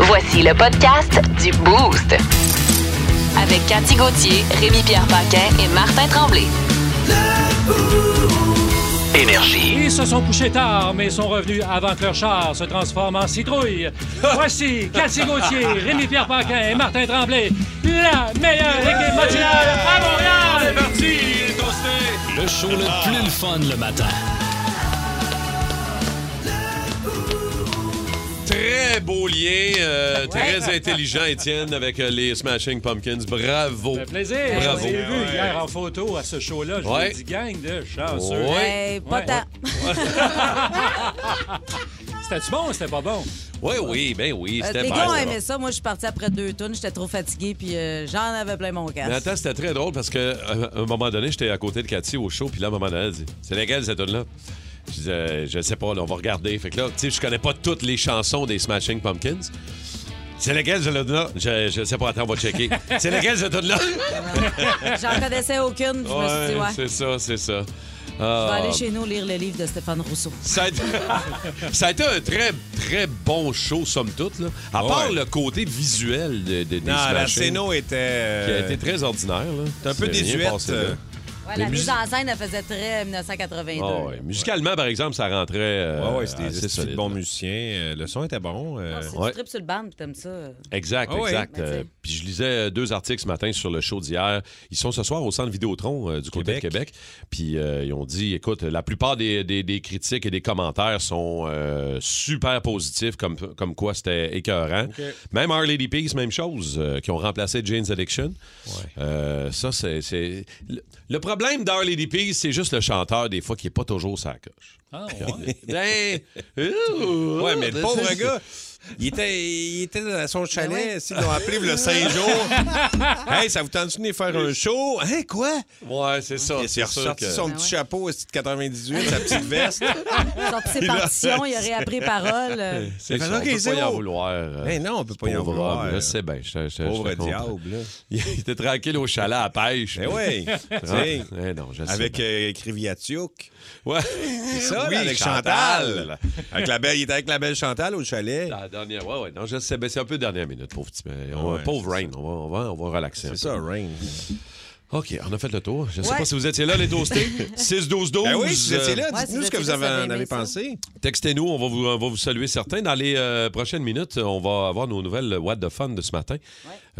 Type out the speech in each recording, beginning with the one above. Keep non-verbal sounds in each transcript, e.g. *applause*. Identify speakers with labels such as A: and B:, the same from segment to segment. A: Voici le podcast du Boost. Avec Cathy Gauthier, Rémi-Pierre Paquin et Martin Tremblay.
B: Énergie.
C: Ils se sont couchés tard, mais sont revenus avant que leur char se transforme en citrouille. Voici Cathy Gauthier, Rémi-Pierre Paquin et Martin Tremblay, la meilleure équipe matinale à Montréal!
D: Le show
E: Ah.
C: Ah.
D: le plus le fun le matin.
E: Très beau lien, euh, très intelligent, Étienne, avec euh, les Smashing Pumpkins. Bravo.
C: Ça fait plaisir.
E: Oh. Bravo.
C: Je vous ai vu hier en photo à ce show-là. Je
E: Ouais.
C: vous ai dit gang de chanceux.
E: Ouais.
F: Eh, pas
C: Ouais.
F: tant.
C: *laughs* C'était-tu bon ou c'était pas bon?
E: Oui, oui, ben oui,
F: Euh,
E: c'était
F: les
E: pas
F: gars ont
E: ça.
F: aimé ça. Moi, je suis partie après deux tonnes. J'étais trop fatiguée, puis euh, j'en avais plein mon
E: Mais
F: casque.
E: attends, c'était très drôle parce que euh, à un moment donné, j'étais à côté de Cathy au show, puis là, à un moment donné, elle dit C'est laquelle cette tune là Je disais Euh, Je sais pas, là, on va regarder. Fait que là, tu sais, je connais pas toutes les chansons des Smashing Pumpkins. C'est laquelle cette tune là je, je sais pas, attends, on va checker. C'est laquelle cette tune là
F: J'en connaissais aucune. puis Je me suis dit, ouais, je
E: C'est ça, c'est ça.
F: vais
E: Ah.
F: aller chez nous lire le livre de Stéphane Rousseau.
E: Ça a, été, ça a été un très, très bon show, somme toute. Là. À part
G: ouais.
E: le côté visuel de, de- des
G: Non, la
E: Smashing,
G: Céno était.
E: qui a
G: euh,
E: été très ordinaire. là.
G: un peu
E: C'est rien
G: désuète,
E: passé là.
G: euh.
F: Ouais,
E: Les
F: la mise
E: mus-
F: en scène, elle faisait très 1982.
E: Ah ouais. Musicalement, par exemple, ça rentrait. euh,
G: ouais, ouais, c'était
E: assez
G: des esti de
E: solide,
G: bons
E: là.
G: musiciens. euh, Le son était bon. euh,
F: Si
E: Ouais.
F: tu tripes sur le band, puis t'aimes
E: *laughs*
F: ça. euh,
E: Exact,
G: Ah ouais.
E: exact.
F: Ben,
E: Euh,
F: t'sais.
E: Puis je lisais euh, deux articles ce matin sur le show d'hier. Ils sont ce soir au centre Vidéotron euh, du côté de
G: Québec.
E: Québec. Puis euh, ils ont dit écoute, la plupart des, des- des critiques et des commentaires sont euh, super positifs, comme, comme quoi c'était écœurant. Même Our Lady Peace, même chose, euh, qui ont remplacé Jane's Addiction. Euh, ça, c'est. c'est- Le le problème d'Our Lady Peace, c'est juste le chanteur, des fois, qui n'est pas toujours sa coche.
C: Ah, ouais.
E: Ben, ouh,
G: Ouais, Ah, mais le pauvre
E: c'est-
G: gars, il était, il était à
F: Ben
G: son chalet, s'ils l'ont appelé
F: *laughs*
G: le
C: *laughs*
G: 5 jours. hey, ça vous tente de venir faire un show? Hein, quoi?
E: Ouais, c'est ça.
G: Il
E: c'est
G: s'est
E: sûr
G: ressorti
E: que-
F: Ben
G: son petit chapeau esti de 98, sa petite veste.
F: Sorti ses partitions, il a réappris parole. euh,
E: C'est
G: fait
E: ça, on
G: OK,
E: peut
G: c'est
E: pas y en
G: beau.
E: vouloir. euh,
G: Ben non, on peut pas y en
E: pauvre
G: vouloir.
E: homme, là, c'est bien. je te- je te- je te
G: Pauvre
E: comprends.
G: diable. là.
E: *laughs* Il était tranquille au chalet à pêche.
G: Ben
E: *laughs*
G: oui. tu
E: Ah,
G: sais,
E: eh non, je sais
G: Avec
E: bien.
G: euh, Kriviatiouk.
E: Ouais.
G: C'est ça,
E: Oui,
G: là, avec Chantal. Avec la belle, il était avec la belle Chantal au chalet.
E: La dernière, ouais, ouais, non, je sais, ben, c'est un peu dernière minute, pauvre petit. mais on-
G: Ouais,
E: pauvre Rain, on va, on va, on va relaxer. un
G: C'est
E: peu.
G: ça, Rain.
E: OK, on a fait le tour. Je sais
F: Ouais.
E: pas si vous étiez là, les
F: *laughs*
E: toastés.
G: *laughs*
E: 6-12-12.
G: Ben oui, si vous étiez là,
F: Ouais,
G: dites-nous
F: si
G: ce que
F: vous
G: vous
F: étiez là, ça
G: avez, en
F: avait
G: avez
F: aimé ça.
G: pensé.
E: Textez-nous, on va vous, on va vous saluer certains. Dans les euh, prochaines minutes, on va avoir nos nouvelles What the Fun de ce matin.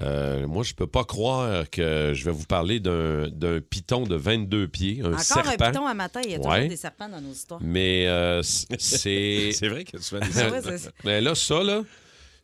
E: Euh, moi, je peux pas croire que je vais vous parler d'un d'un python de 22 pieds, un
F: Encore
E: serpent.
F: un piton à matin, il y a toujours
E: Ouais.
F: des serpents dans nos histoires.
E: Mais
F: *laughs*
E: euh, c- c'est.
G: C'est vrai que tu fais des
F: Ah ouais, c'est-
E: Mais là, ça, là,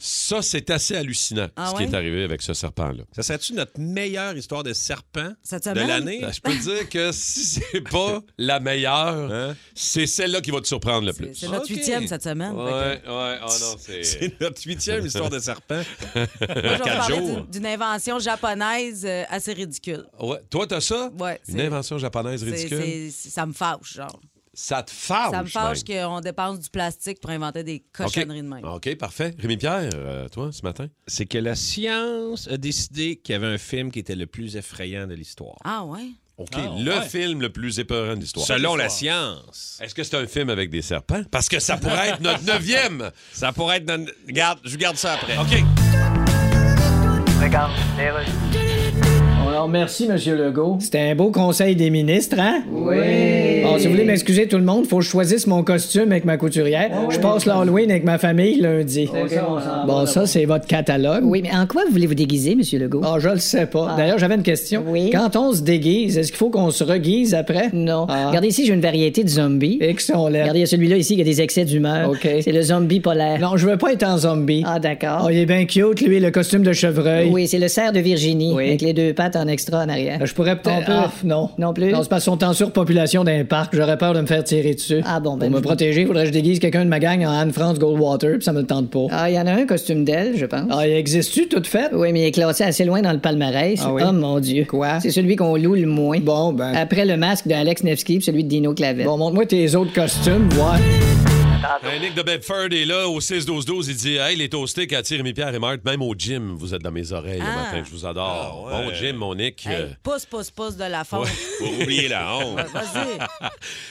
E: ça, c'est assez hallucinant,
F: Ah
E: ce
F: ouais?
E: qui est arrivé avec ce serpent-là.
G: Ça serait-tu notre meilleure histoire de serpent
F: Cette
G: de
F: semaine?
G: l'année?
E: Ben, Je peux te dire que si c'est pas la meilleure,
G: Hein?
E: c'est celle-là qui va te surprendre le plus.
F: C'est notre
G: Ok.
F: huitième cette semaine.
E: Ouais,
F: fait que-
E: ouais, oh non, c'est.
G: C'est notre huitième histoire de serpent.
F: Moi, je vais vous
G: Quatre
F: parler
G: jours.
F: d'une- d'une invention japonaise euh, assez ridicule.
E: Ouais. Toi, t'as ça?
F: Ouais,
E: Une
F: c'est-
E: invention japonaise
F: C'est-
E: ridicule.
F: c'est- c'est- ça me fâche, genre.
E: Ça te fâche.
F: ça me fâche
E: même.
F: qu'on dépense du plastique pour inventer des
E: OK.
F: cochonneries de même.
E: OK, parfait. Rémi-Pierre, euh, toi, ce matin?
G: C'est que la science a décidé qu'il y avait un film qui était le plus effrayant de l'histoire.
F: Ah ouais?
E: OK,
C: Ah,
E: le
C: ouais.
E: film le plus épeurant de l'histoire.
G: Selon la science.
E: Est-ce que c'est un film avec des serpents? Parce que ça pourrait être notre neuvième.
G: Ça pourrait être... dans- Garde, je vous garde ça après.
E: OK.
H: Alors, merci, M. Legault.
I: C'était un beau conseil des ministres, hein? Oui. Bon, si vous voulez m'excuser tout le monde, faut que je choisisse mon costume avec ma couturière.
H: Ah
I: je passe l'Halloween avec ma famille lundi. bon, ça, c'est votre catalogue.
J: Oui, mais en quoi voulez-vous déguiser, Monsieur Legault?
I: Ah, je le sais pas. D'ailleurs, j'avais une question.
J: Oui.
I: Quand on se déguise, est-ce qu'il faut qu'on se reguise après?
J: Non.
I: Ah.
J: Regardez ici, j'ai une variété de zombies.
I: Et que sont l'air.
J: Regardez, il y a celui-là ici qui a des excès d'humeur.
I: OK.
J: C'est le zombie polaire.
I: Non, je veux pas être en zombie.
J: Ah, d'accord.
I: Oh, il est bien cute, lui, le costume de chevreuil.
J: Oui, c'est le cerf de Virginie,
I: Oui.
J: avec les deux pattes en extra en arrière.
I: Je pourrais peut-être.
J: Euh, On peut-
I: Ah, non.
J: Non plus?
I: Non, c'est parce qu'on est en surpopulation d'un parc. J'aurais peur de me faire tirer dessus.
J: Ah bon, ben,
I: Pour me
J: je-
I: protéger, faudrait que je déguise quelqu'un de ma gang en Anne-France Goldwater, puis ça me le tente pas.
J: Ah, il y en a un costume d'elle, je pense.
I: Ah, il existe-tu, toute faite?
J: Oui, mais il est classé assez loin dans le palmarès.
I: Ah oui?
J: Oh mon Dieu.
I: Quoi?
J: C'est celui qu'on loue le moins.
I: Bon, ben.
J: Après le masque d'Alex Nevsky puis celui de Dino Clavel.
I: Bon, montre-moi tes autres costumes, voir.
E: Euh, Nick de Bedford est là au 6-12-12. Il dit Hey, les toastés qu'attirent Rémi Pierre et Marthe, même au gym, vous êtes dans mes oreilles le
F: Ah.
E: matin. Je vous adore.
G: Ah ouais.
E: Bon gym, mon Nick.
F: Hey,
G: *laughs*
E: Euh,
F: pousse, pousse, pousse de la fonte.
G: Pour oublier la honte.
F: *laughs* Vas-y.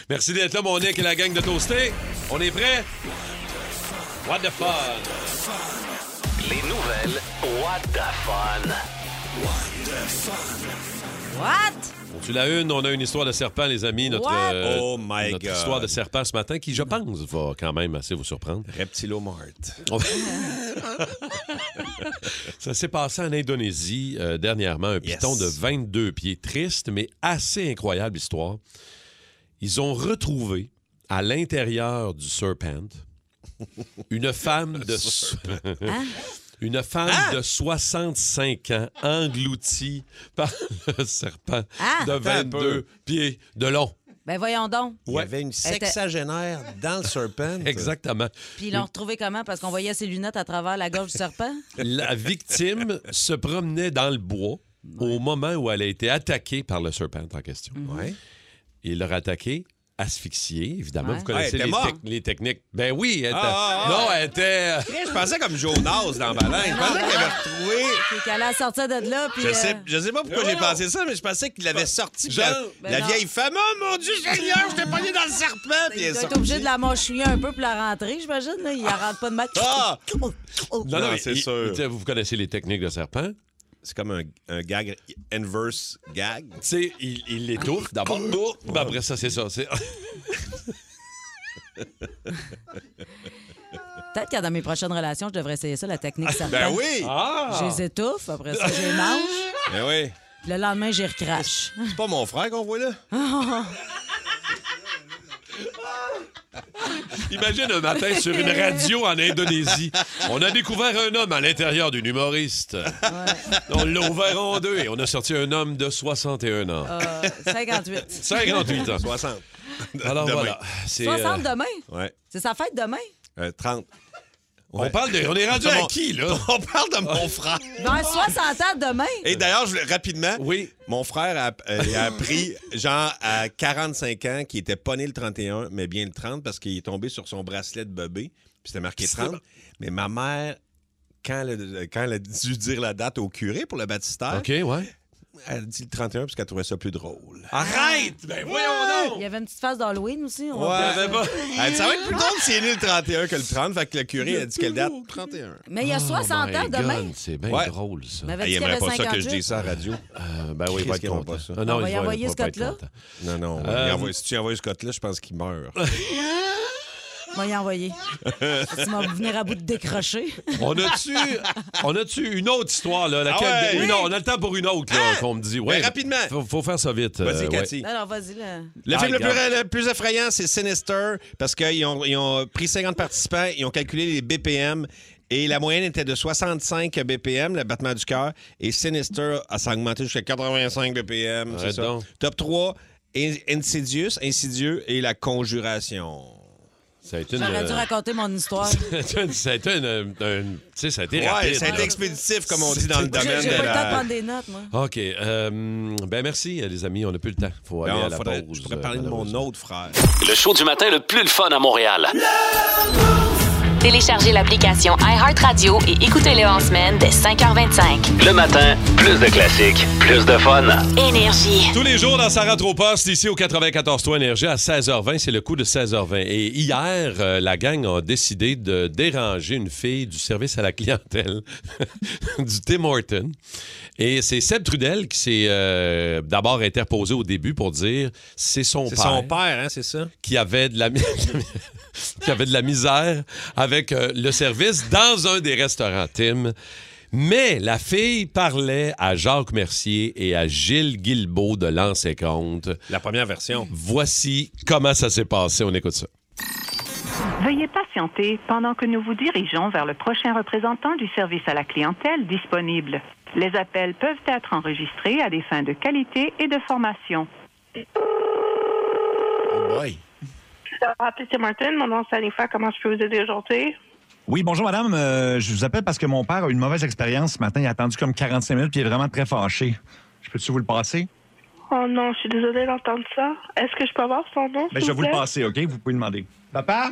E: Merci d'être là, mon Nick et la gang de toastés. On est prêts? What the fun?
B: Les nouvelles What the Fun.
F: What?
E: Tu l'as une, on a une histoire de serpent, les amis. Notre, euh,
F: What?
G: Oh my
E: notre
G: God.
E: histoire de serpent ce matin qui, je pense, va quand même assez vous surprendre.
G: Reptilomart.
E: On- *laughs* Ça s'est passé en Indonésie euh, dernièrement, un
G: Yes.
E: piton de 22 pieds. Triste, mais assez incroyable histoire. Ils ont retrouvé à l'intérieur du
G: *laughs*
E: serpent une femme de so- *laughs* une femme
G: Ah!
E: de 65 ans engloutie par *laughs* le serpent
F: Ah!
E: de
F: Attends un
E: 22
G: peu.
E: pieds de long.
F: Ben voyons donc.
G: Il y avait une
F: Elle était-
G: sexagénaire dans le serpent.
E: Exactement.
F: Puis ils l'ont retrouvé comment? Parce qu'on voyait ses lunettes à travers la gorge du
G: *laughs*
F: serpent.
E: La victime se promenait dans le bois au moment où elle a été attaquée par le serpent en question.
G: Mhm. Ouais.
E: Il leur a attaqué, asphyxié, évidemment.
F: Ouais.
E: Vous
G: Ouais, Ah, elle
E: connaissez
G: était
E: les,
G: morte.
E: tec- les techniques. Ben oui, elle était-
G: Ah, ah,
E: non, elle était. euh,
G: euh, Je pensais comme Jonas dans Baleine. Je
E: Ah,
G: pensais qu'il avait retrouvé.
F: Puis qu'elle allait sortir de là. Puis,
G: Je
F: euh,
G: sais, je sais pas pourquoi j'ai pensé ça, mais je pensais qu'il l'avait sorti. puis la-
F: Ben
G: la
F: non. Ben,
G: vieille femme, oh mon Dieu, Seigneur, je t'ai pogné dans le serpent. Puis
F: Il
G: elle
F: doit
G: est
F: être obligé
G: sortie.
F: de la mâchouiller un peu pour la rentrer, j'imagine. là. Il la rentre pas de Oh, mal.
G: Ah!
E: Non, non,
G: Non,
E: mais
G: c'est
E: il-
G: sûr.
E: il était- Vous connaissez les techniques de serpent.
G: C'est comme un, un gag, inverse
E: *laughs*
G: gag.
E: Tu sais, il, il l'étouffe d'abord. Ben après ça, c'est ça.
G: *laughs*
E: c'est-
F: Peut-être qu'à dans mes prochaines relations, je devrais essayer ça, la technique serpent.
G: Ben oui!
E: Ah!
F: Je les étouffe, après ça, je les mange.
G: Ben oui!
F: puis Le lendemain, j'y recrache.
G: C'est pas mon frère qu'on voit là?
E: Imagine un matin sur une radio en Indonésie. On a découvert un homme à l'intérieur d'une humoriste. On l'a ouvert en deux et on a sorti un homme de 61 ans.
F: *laughs* Euh, 58.
E: 58 ans.
G: 60.
E: Alors
G: Demain.
E: voilà. c'est, euh,
F: 60 demain?
G: Ouais.
F: C'est sa fête demain?
G: Euh, 30.
E: On parle de. On est rendu
G: De
E: à
G: mon-
E: qui, là?
G: *laughs* On parle de mon frère.
F: Vers 60 Ben, ans demain?
G: Et d'ailleurs, je voulais- rapidement,
E: Oui.
G: mon frère a, euh, il a appris, genre, à 45 ans, qu'il était pas né le 31, mais bien le 30, parce qu'il est tombé sur son bracelet de bébé, puis c'était marqué 30. Mais ma mère, quand elle, a- quand elle a dû dire la date au curé pour le baptistère,
E: OK, ouais.
G: elle a dit le 31 parce qu'elle trouvait ça plus drôle.
E: Arrête! Ben voyons donc! Ben,
F: Il y avait une petite phase d'Halloween aussi. on
G: Ouais,
F: va dire.
G: elle avait pas- Elle dit, ça va être plus drôle s'il est né le 31 que le 30, fait que le curé a dit quelle date? 31.
F: Mais il
E: Oh
F: y a 60 ans demain.
E: Ah, ben, C'est bien
G: Ouais.
E: drôle, ça.
F: Mais
G: Ah, il aimerait pas ça que je dise ça à la radio.
E: *laughs* Euh, ben oui, il
G: Qu'est-ce
E: va être
G: qu'il va
E: content.
G: pas ça?
E: Ah
F: On va
E: il
F: y envoyer
E: il
F: ce
E: pas être
F: code-là?
E: content.
G: Non, non.
E: Euh,
G: il envoie- si tu envoies ce cote-là, je pense qu'il
E: *laughs*
G: meurt.
F: *laughs* On va y envoyer. tu vas venir à bout de décrocher.
E: On
F: *laughs*
E: a-tu, on a-tu une autre histoire, là? Laquelle,
G: Ah ouais?
E: une autre- on a le temps pour une autre, là, qu'on me dit. Ouais,
G: Ben, rapidement.
E: Faut, faut faire ça vite.
G: Vas-y,
E: euh,
G: Cathy.
F: Non, non, vas-y, là.
G: Le
E: Ah,
G: film le plus,
E: regarde.
G: le plus effrayant, c'est Sinister, parce qu'ils ont, ils ont pris 50 participants, ils ont calculé les BPM, et la moyenne était de 65 BPM, le battement du cœur, et Sinister a s'est augmenté jusqu'à 85 BPM. C'est
E: Arrête
G: ça.
E: donc.
G: Top 3, In- Insidious, Insidieux et La Conjuration.
E: Ça a été une.
F: J'aurais dû raconter mon histoire.
E: *laughs* ça a été une. une- tu sais, ça a été
G: Ouais,
E: rapide.
G: ça a été
E: là.
G: expéditif, comme on dit dans le
F: J'ai
G: domaine
F: j'ai
G: de
F: pas le temps de
G: la...
F: prendre des notes, moi.
E: OK. euh, ben merci, euh, les amis. On n'a plus le temps. Faut aller
G: Non,
E: à la
G: faudrait-
E: pause.
G: je pourrais parler
E: euh,
G: de mon
E: malheureusement.
G: autre frère.
B: Le show du matin le plus le fun à Montréal.
A: Téléchargez l'application iHeartRadio et écoutez-le en semaine dès 5h25.
B: Le matin, plus de classiques, plus de fun.
A: Énergie.
E: Tous les jours dans Sarah Tropost, ici au 94 3 Énergie, à 16h20, c'est le coup de 16h20. Et hier, euh, la gang a décidé de déranger une fille du service à la clientèle *laughs* du Tim Horton. Et c'est Seb Trudel qui s'est euh, d'abord interposé au début pour dire c'est son
G: C'est
E: père
G: son père, hein, c'est ça?
E: qui avait de la mi- *laughs* qui avait de la misère avec euh, le service dans un des restaurants Tim. Mais la fille parlait à Jacques Mercier et à Gilles Guilbeault de Lance et Compte.
G: La première version.
E: Voici comment ça s'est passé. On écoute ça.
K: Veuillez patienter pendant que nous vous dirigeons vers le prochain représentant du service à la clientèle disponible. Les appels peuvent être enregistrés à des fins de qualité et de formation.
H: c'est Martin, mon nom c'est Alifa. Comment je peux vous aider aujourd'hui?
K: Oui, bonjour madame. Euh, je vous appelle parce que mon père a eu une mauvaise expérience ce matin. Il a attendu comme 45 minutes puis il est vraiment très fâché. Je peux-tu vous le passer?
H: Oh non, je suis désolée d'entendre ça. Est-ce que je peux avoir son nom?
K: Ben, je vais vous le passer, OK? Vous pouvez demander. Papa?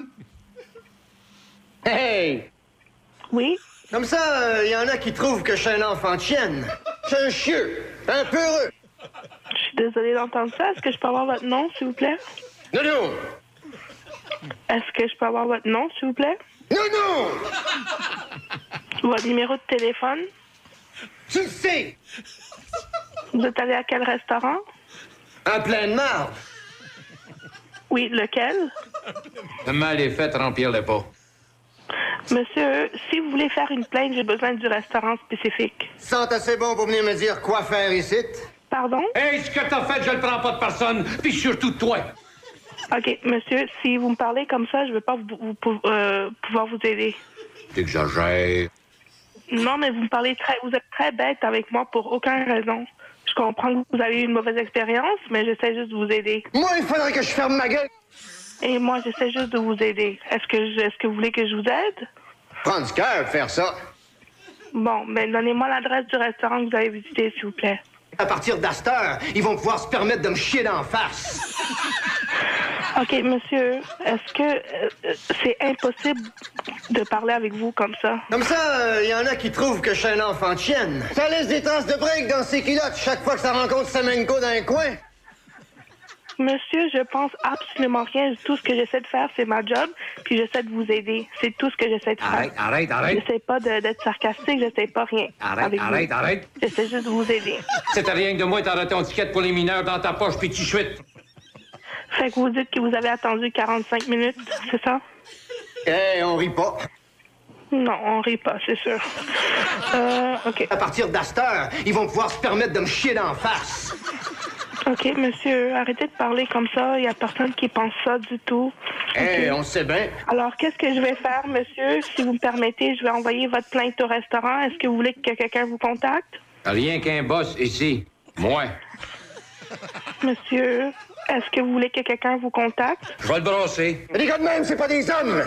H: Hey!
K: Oui?
H: Comme ça, il y en a qui trouvent que je suis un enfant de chienne. Je suis un chieux, un peureux. Je suis désolée d'entendre ça. Est-ce que je peux avoir votre nom, s'il vous plaît? Non, non! Est-ce que je peux avoir votre nom, s'il vous plaît? Non, non! Votre numéro de téléphone? Tu le sais! Vous êtes allé à quel restaurant? Un plein de marde. Oui, lequel?
L: Le mal est fait, remplir le pot.
H: Monsieur, si vous voulez faire une plainte, j'ai besoin du restaurant spécifique. Sont assez bon pour venir me dire quoi faire ici? Pardon?
L: Hey, ce que t'as fait, je le prends pas de personne, puis surtout toi.
H: OK, monsieur, si vous me parlez comme ça, je ne veux pas vous, vous pou- euh, pouvoir vous aider.
L: T'exagères.
H: Non, mais vous me parlez très... Vous êtes très bête avec moi pour aucune raison. Je comprends que vous avez eu une mauvaise expérience, mais j'essaie juste de vous aider. Moi, il faudrait que je ferme ma gueule. Et moi, j'essaie juste de vous aider. Est-ce que, je- est-ce que vous voulez que je vous aide?
L: Prends du cœur, faire ça.
H: Bon, ben donnez-moi l'adresse du restaurant que vous avez visité, s'il vous plaît.
L: À partir d'Astor, ils vont pouvoir se permettre de me chier d'en face.
H: OK, monsieur, est-ce que euh, euh, c'est impossible de parler avec vous comme ça? euh,
L: Comme ça, il y en a qui trouvent que je suis un enfant de chienne.
H: Ça laisse des traces de break dans ses culottes chaque fois que ça rencontre Samenko dans un coin. Monsieur, je pense absolument rien. Tout ce que j'essaie de faire, c'est ma job, puis j'essaie de vous aider. C'est tout ce que j'essaie de faire.
L: Arrête, arrête, arrête.
H: J'essaie pas de- d'être sarcastique, j'essaie pas rien.
L: Arrête,
H: avec vous.
L: arrête, arrête.
H: J'essaie juste de vous aider.
L: C'est à rien que de moi, t'auras ton ticket pour les mineurs dans ta poche, puis tu chuites.
H: Fait que vous dites que vous avez attendu 45 minutes, c'est ça?
L: Eh, on rit pas.
H: Non, on rit pas, c'est sûr. Euh, OK.
L: À partir d'Astor, ils vont pouvoir se permettre de me chier d'en face.
H: OK, monsieur, arrêtez de parler comme ça. Il n'y a personne qui pense ça du tout.
L: Eh, on sait bien.
H: Alors, qu'est-ce que je vais faire, monsieur? Si vous me permettez, je vais envoyer votre plainte au restaurant. Est-ce que vous voulez que quelqu'un vous contacte?
L: Rien qu'un boss ici. Moi.
H: Monsieur, est-ce que vous voulez que quelqu'un vous contacte?
L: Je vais le brosser.
H: Les gars de même, c'est pas des hommes!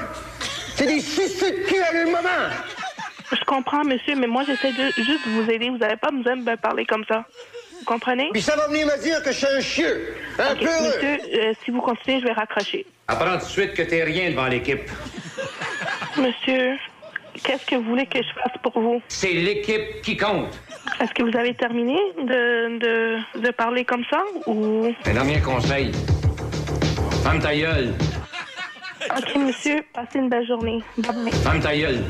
H: C'est des suicides de cul à le moment! Je comprends, monsieur, mais moi, j'essaie de- juste de vous aider. Vous n'avez pas besoin de me parler comme ça. Vous comprenez? Puis ça va venir me dire que je suis un chieux!
L: un peureux.
H: Monsieur, euh, si vous continuez, je vais raccrocher.
L: Apprends tout de suite que t'es rien devant l'équipe.
H: Monsieur, qu'est-ce que vous voulez que je fasse pour vous?
L: C'est l'équipe qui compte.
H: Est-ce que vous avez terminé de, de, de parler comme ça ou...
L: Un dernier conseil. Femme ta gueule.
H: Ok, monsieur, passez une belle journée. Bye bye.
L: Femme ta gueule.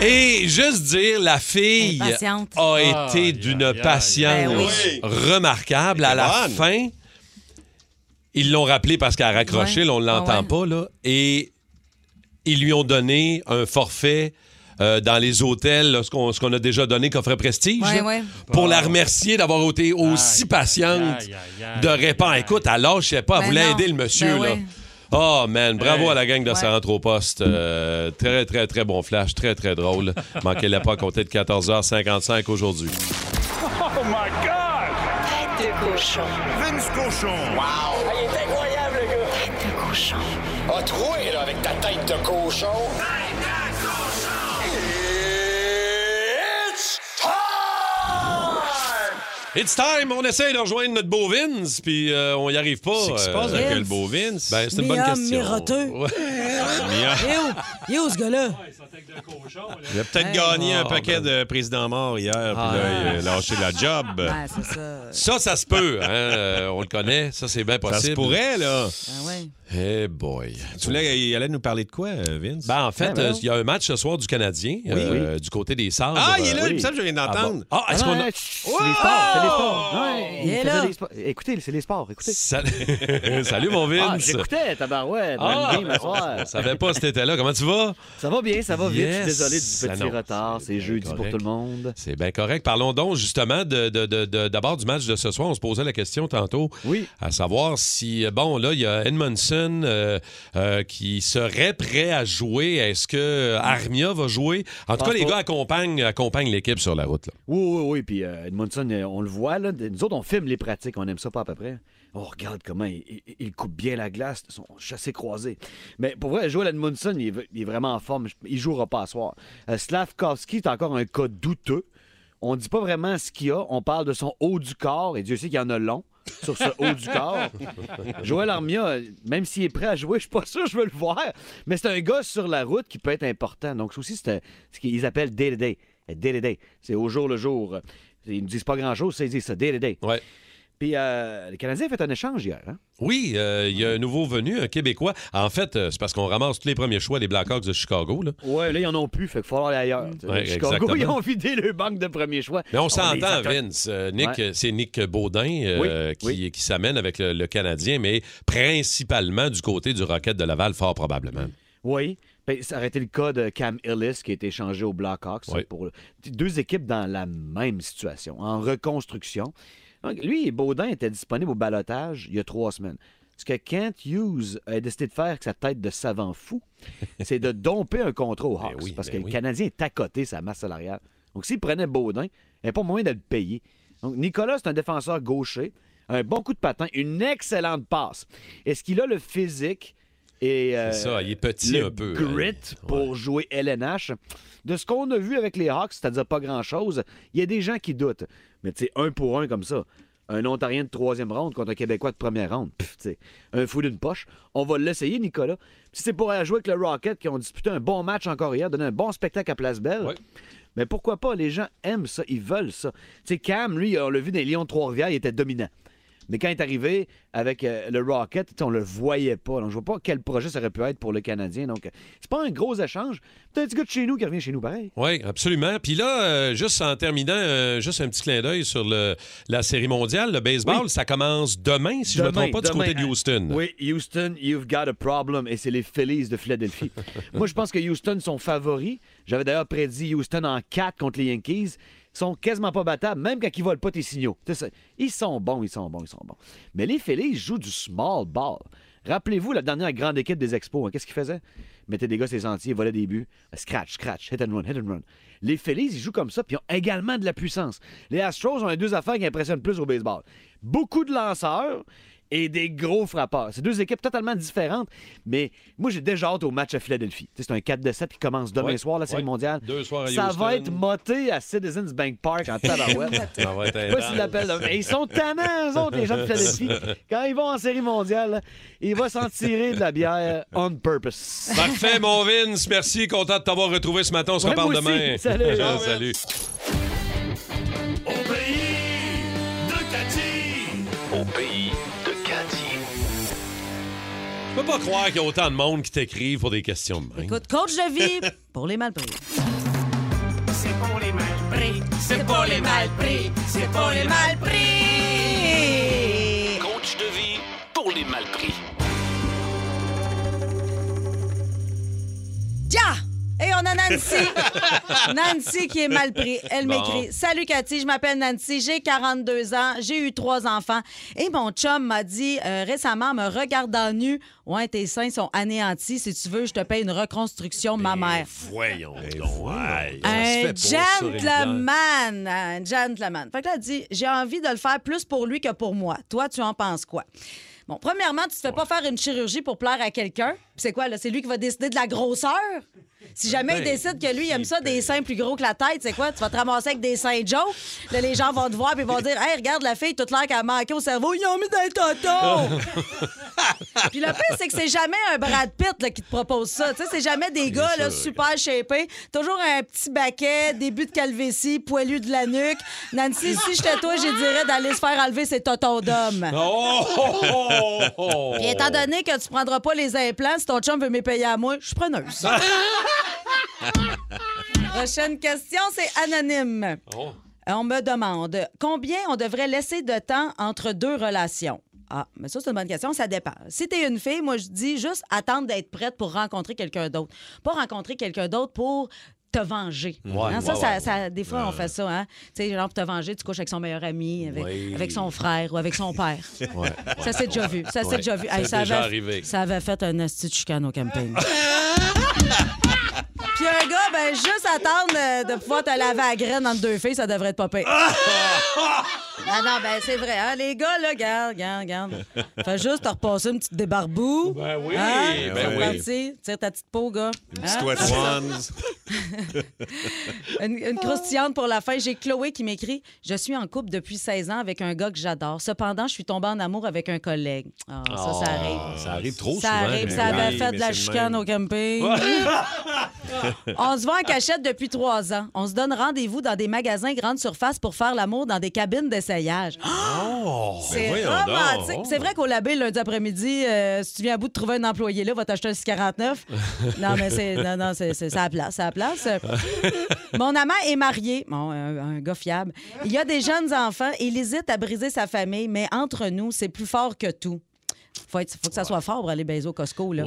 E: Et juste dire, la fille
F: Impatiente.
E: a
F: Ah,
E: été d'une patience
F: Ben oui.
E: remarquable. À la
F: bonne.
E: fin, ils l'ont rappelé parce qu'elle a raccroché,
F: Ouais.
E: là, on ne l'entend
F: Ah ouais.
E: pas, là. Et ils lui ont donné un forfait. euh, dans les hôtels, là, ce qu'on ce qu'on a déjà donné, coffret prestige,
F: Ouais,
E: là,
F: Ah ouais.
E: pour la remercier d'avoir été aussi patiente
F: aïe, aïe,
E: de répondre. Écoute, elle lâchait pas, elle
F: Ben
E: voulait
F: non.
E: aider le monsieur.
F: Ben
E: là.
F: ouais.
E: Oh man, bravo
F: Hey.
E: à la gang de
F: Ouais.
E: se rendre au poste. Euh, très, très, très bon flash, très, très drôle. Manquez la pas à compter de 14h55 aujourd'hui.
M: Oh my God! Tête de cochon. Vince cochon. Wow! il est incroyable, le gars! Tête de cochon. A troué, là, avec ta tête de cochon. Tête de cochon! It's time!
E: It's time! On essaye de rejoindre notre beau Vince, puis euh, on y arrive pas.
G: Qu'est-ce qui se passe
E: Euh,
G: avec le beau Vince?
E: Ben, c'est une bonne
F: Mi-homme,
E: question.
F: mi-roteux. *laughs*
E: Ouais.
F: Il est où? Il est où, ce gars-là?
G: Il a peut-être
F: Hey,
G: gagné
E: bon.
G: un paquet de présidents morts hier,
E: oh, ben. Ah.
G: puis là, il euh, a lâché la job.
F: Ouais, Ah, c'est ça.
E: Ça, ça se peut. hein, euh, on le connaît. Ça, c'est bien possible.
G: Ça se pourrait, là.
F: Ben ouais.
E: Eh boy.
G: Tu voulais, il allait nous parler de quoi, euh, Vince?
E: Ben, en fait,
G: Ben,
E: euh,
G: ben.
E: il y a un match ce soir du Canadien,
G: Oui.
E: euh, du côté des Sabres.
G: Ah, il est là,
E: Euh,
G: il me semble que je viens d'entendre.
E: Ah, bon. Ah, est-ce
N: Ah,
E: qu'on
N: non,
E: a...
N: non, chut, C'est les sports, c'est les sports. Non,
F: Il est
N: faisait
F: là.
N: les sports. Écoutez, c'est les sports, écoutez.
G: *laughs*
E: Salut, Salut, mon Vince.
N: Ah, J'écoutais, tabarouette.
E: Ah!
N: bonne game, à soir.
E: *laughs* On savait pas si t'étais là. Comment tu vas?
N: Ça va bien, ça va vite. Je suis
E: Yes.
N: désolé du petit
E: Ah non,
N: retard. C'est jeudi pour
E: correct.
N: tout le monde.
E: C'est bien correct. Parlons donc justement de, de- de- de- d'abord du match de ce soir. On se posait la question tantôt.
N: Oui.
E: À savoir si, euh, bon, là, il y a Edmondson euh, euh, qui serait prêt à jouer. Est-ce que Armia va jouer? En tout
N: Pense
E: cas, les
N: pas.
E: gars accompagnent, accompagnent l'équipe sur la route. là.
N: Oui, oui, oui. Puis euh, Edmondson, euh, on le voit, là. Nous autres, on filme les pratiques. On aime ça pas à peu près. On regarde comment il, il- il coupe bien la glace. Ils sont chassés croisés. Mais pour vrai, Joel Edmondson, il, est v- il est vraiment en forme. Je- Il jouera pas à soir. Euh, Slavkovski est encore un cas douteux. On dit pas vraiment ce qu'il a. On parle de son haut du corps. Et Dieu sait qu'il y en a long sur ce haut du corps.
E: *laughs*
N: Joël Armia, euh, même s'il est prêt à jouer, je suis pas sûr que je veux le voir. Mais c'est un gars sur la route qui peut être important. Donc, ça aussi, c'est un- ce qu'ils appellent day to day. Day to day. C'est au jour le jour. Ils ne disent pas grand-chose, ça, ils disent ça, day to day. Puis euh, le Canadien a fait un échange hier. Hein?
E: Oui, euh, il y a un nouveau venu, un Québécois. En fait, euh, c'est parce qu'on ramasse tous les premiers choix des Blackhawks de Chicago. Là.
N: Ouais, là, ils en ont plus, fait qu'il faut aller ailleurs. tu sais.
E: Ouais,
N: Chicago, *laughs*
E: exactement.
N: ils ont vidé le banque de premier choix.
E: Mais on,
N: les
E: s'entend,
N: accote.
E: Vince. Euh, Nick,
N: Ah Ouais.
E: euh, c'est Nick Baudin euh, qui, qui s'amène avec le, le Canadien, mais principalement du côté du Rocket de Laval, fort probablement.
N: Oui. Ben, ça aurait été le cas de Cam Ellis qui a été échangé aux Blackhawks.
E: Oui.
N: Pour... Deux équipes dans la même situation, en reconstruction. Donc, lui, Baudin était disponible au balotage il y a trois semaines. Ce que Kent Hughes a décidé de faire avec sa tête de savant fou, c'est de domper un contrat aux Hawks. parce que le Canadien est à côté sa masse salariale. Donc, s'il prenait Baudin, il n'y avait pas moyen de le payer. Donc, Nicolas, c'est un défenseur gaucher, un bon coup de patin, une excellente passe. Est-ce qu'il a le physique et euh,
E: C'est ça, il est petit
N: le
E: un peu, hein.
N: Grit pour jouer LNH. De ce qu'on a vu avec les Hawks, c'est-à-dire pas grand-chose, il y a des gens qui doutent. Mais tu sais, un pour un comme ça, un Ontarien de troisième ronde contre un Québécois de première ronde, pff, tu sais, un fou d'une poche. On va l'essayer, Nicolas. Si c'est pour aller jouer avec le Rocket qui ont disputé un bon match encore hier, donné un bon spectacle à Place Belle. Mais pourquoi pas? Les gens aiment ça, ils veulent ça. Tu sais, Cam, lui, on l'a vu dans les Lions de Trois-Rivières, il était dominant. Mais quand il est arrivé avec euh, le Rocket, tu sais, on le voyait pas. Donc, je vois pas quel projet ça aurait pu être pour le Canadien. Donc, euh, c'est pas un gros échange. Peut-être un petit gars de chez nous qui revient chez nous pareil.
E: Oui, absolument. Puis là, euh, juste en terminant, euh, juste un petit clin d'œil sur le- la série mondiale, le baseball, ça commence demain, si je ne me
N: Demain,
E: trompe pas,
N: demain,
E: du côté de Houston.
N: euh, Oui, Houston, you've got a problem. Et c'est les Phillies
E: *laughs*
N: de Philadelphie. Moi, je pense que Houston sont favoris. J'avais d'ailleurs prédit Houston en 4 contre les Yankees. Ils sont quasiment pas battables, même quand ils volent pas tes signaux. Tu sais, ça- Ils sont bons, ils sont bons, ils sont bons. Mais les Phillies jouent du small ball. Rappelez-vous la dernière grande équipe des Expos. hein, Qu'est-ce qu'ils faisaient? Ils mettaient des gars sur les sentiers, ils volaient des buts. Scratch, scratch, hit and run, hit and run. Les Phillies, ils jouent comme ça, puis ils ont également de la puissance. Les Astros ont les deux affaires qui impressionnent plus au baseball. Beaucoup de lanceurs, et des gros frappeurs. C'est deux équipes totalement différentes, mais moi, j'ai déjà hâte au match à Philadelphie. Tu sais, C'est un 4 de 7 qui commence demain
E: Ouais,
N: soir, la série
E: ouais.
N: mondiale.
E: Deux soirs à
N: Ça
E: Houston.
N: va être moté à Citizens Bank Park
E: *laughs*
N: en tabarouette.
E: Ça va être
N: Je sais pas
E: intense.
N: s'ils l'appellent. Mais ils sont tannants, eux autres, les gens de Philadelphie.
E: *laughs*
N: Quand ils vont en série mondiale, là, ils vont s'en tirer de la bière on purpose.
E: Parfait, mon Vince. Merci. Content de t'avoir retrouvé ce matin. On se
N: Ouais,
E: reparle
N: moi aussi.
E: demain.
N: Salut.
E: Ah, *laughs* Salut.
M: Au pays de Cathy.
B: Au pays de Cathy.
E: Je peux pas croire qu'il y a autant de monde qui t'écrivent pour des questions de même.
F: Écoute, coach de vie pour les mal pris.
M: C'est pour les mal pris.
F: C'est pour les mal pris.
M: C'est pour les mal pris.
B: Coach de vie pour les mal pris.
F: Dia! Et on a Nancy.
E: *laughs*
F: Nancy qui est mal pris. Elle
M: Bon.
F: m'écrit Salut Cathy, je m'appelle Nancy, j'ai 42 ans, j'ai eu trois enfants. Et mon chum m'a dit euh, récemment, en me regardant nu Ouais, tes seins sont anéantis. Si tu veux, je te paye une reconstruction, ma mère.
E: Ben, Voyons donc. Ouais, ça se
F: Un
E: fait pas, ça, les gens.
F: gentleman, un gentleman. Fait que là, elle dit, j'ai envie de le faire plus pour lui que pour moi. Toi, tu en penses quoi? Bon, premièrement, tu te fais pas faire une chirurgie pour plaire à quelqu'un. Puis C'est quoi, là? C'est lui qui va décider de la grosseur? Si jamais il
M: Ben,
F: décide que lui, il aime ça,
E: ben.
F: des seins plus gros que la tête, c'est quoi? Tu vas te ramasser avec des seins Joe. Là, les gens vont te voir et vont dire, hey, regarde la fille, toute l'air qu'elle a manqué au cerveau, ils ont mis des
E: *laughs*
F: tontons! Oh! *laughs* Puis le pire, c'est que c'est jamais un Brad Pitt là, qui te propose ça. Tu sais, c'est jamais des gars là, super shapés. Toujours un petit baquet, début de calvétie, poilu de la nuque. Nancy, si j'étais toi, je dirais d'aller se faire enlever ses totons d'homme.
E: Oh, oh, oh, oh.
F: Puis étant donné que tu prendras pas les implants, si ton chum veut me payer à moi, je suis preneuse. Prochaine question, c'est anonyme.
M: Oh.
F: On me demande combien on devrait laisser de temps entre deux relations. Ah, mais ça, c'est une bonne question. Ça dépend. Si t'es une fille, moi, je dis juste attendre d'être prête pour rencontrer quelqu'un d'autre. Pas rencontrer quelqu'un d'autre pour te venger. Hein,
M: Ouais,
F: ça,
M: ouais,
F: ça,
M: ouais. Euh.
F: ça- des fois, on fait ça. Hein? Tu sais, genre, pour te venger, tu couches avec son meilleur ami, avec,
M: Oui.
F: avec son frère ou avec
M: *laughs*
F: son père.
M: Ouais.
F: Ça, c'est déjà vu. Ça, c'est
M: Ouais.
F: déjà vu.
M: C'est
F: ça,
M: déjà
F: avait,
M: arrivé.
F: ça avait fait un asti de chicane au camping. Puis un gars, ben juste attendre euh, de pouvoir te laver à graine entre deux filles, ça devrait être pas pire. *laughs* non, non, ben c'est vrai. hein, les gars, là, regarde, regarde, regarde. Fais juste te repasser une petite débarbou. Ben
M: oui, ben oui.
F: Tire ta petite peau, gars. Hein? Une
G: Petit toit de swans.
F: une, une croustillante pour la fin. J'ai Chloé qui m'écrit Je suis en couple depuis 16 ans avec un gars que j'adore. Cependant, je suis tombée en amour avec un collègue. Ah, ça, ça arrive.
E: Ça arrive trop
F: Ça
E: souvent.
F: arrive,
E: mais
F: ça avait
E: oui,
F: fait
E: mais
F: de la
E: c'est le
F: chicane
E: même. *laughs*
F: au camping.
M: Ouais.
F: *laughs* On se voit en cachette depuis trois ans. On se donne rendez-vous dans des magasins grande surface pour faire l'amour dans des cabines de d'essayage.
E: Oh!
F: *gasps* C'est romantique.
C: Oh.
F: C'est vrai qu'au labé, lundi après-midi, euh, si tu viens à bout de trouver un employé là, va t'acheter un
C: *laughs*
F: 649. non, mais c'est non,
E: *laughs*
F: non, c'est- c'est- c'est à la place. c'est à la place. Mon amant est marié, bon, un, un gars fiable. Il a des jeunes enfants. Il hésite à briser sa famille, mais entre nous, c'est plus fort que tout. Faut, être- faut que ça soit fort pour aller baiser au Costco. Là.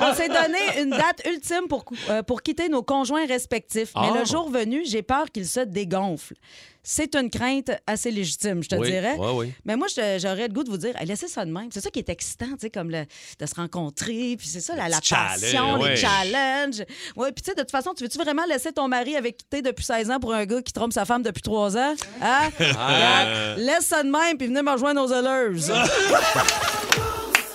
F: On s'est donné une date ultime pour, cou- euh, pour quitter nos conjoints respectifs. Mais
O: Ah.
F: le jour venu, j'ai peur qu'ils se dégonflent. C'est une crainte assez légitime, je te
O: Oui,
F: dirais.
O: oui, oui.
F: Mais moi, je- j'aurais le goût de vous dire, hey, laissez ça de même. C'est ça qui est excitant, tu sais, comme le- de se rencontrer. Puis c'est ça, la, la
O: petit
F: passion,
O: challenge, ouais.
F: les challenges. Ouais, puis tu sais, de toute façon, tu veux-tu vraiment laisser ton mari avec quitté depuis 16 ans pour un gars qui trompe sa femme depuis 3 ans?
O: *laughs*
F: Hein?
M: Ah.
F: Laisse ça de même, puis venez me rejoindre aux
O: *laughs*
F: Oilers.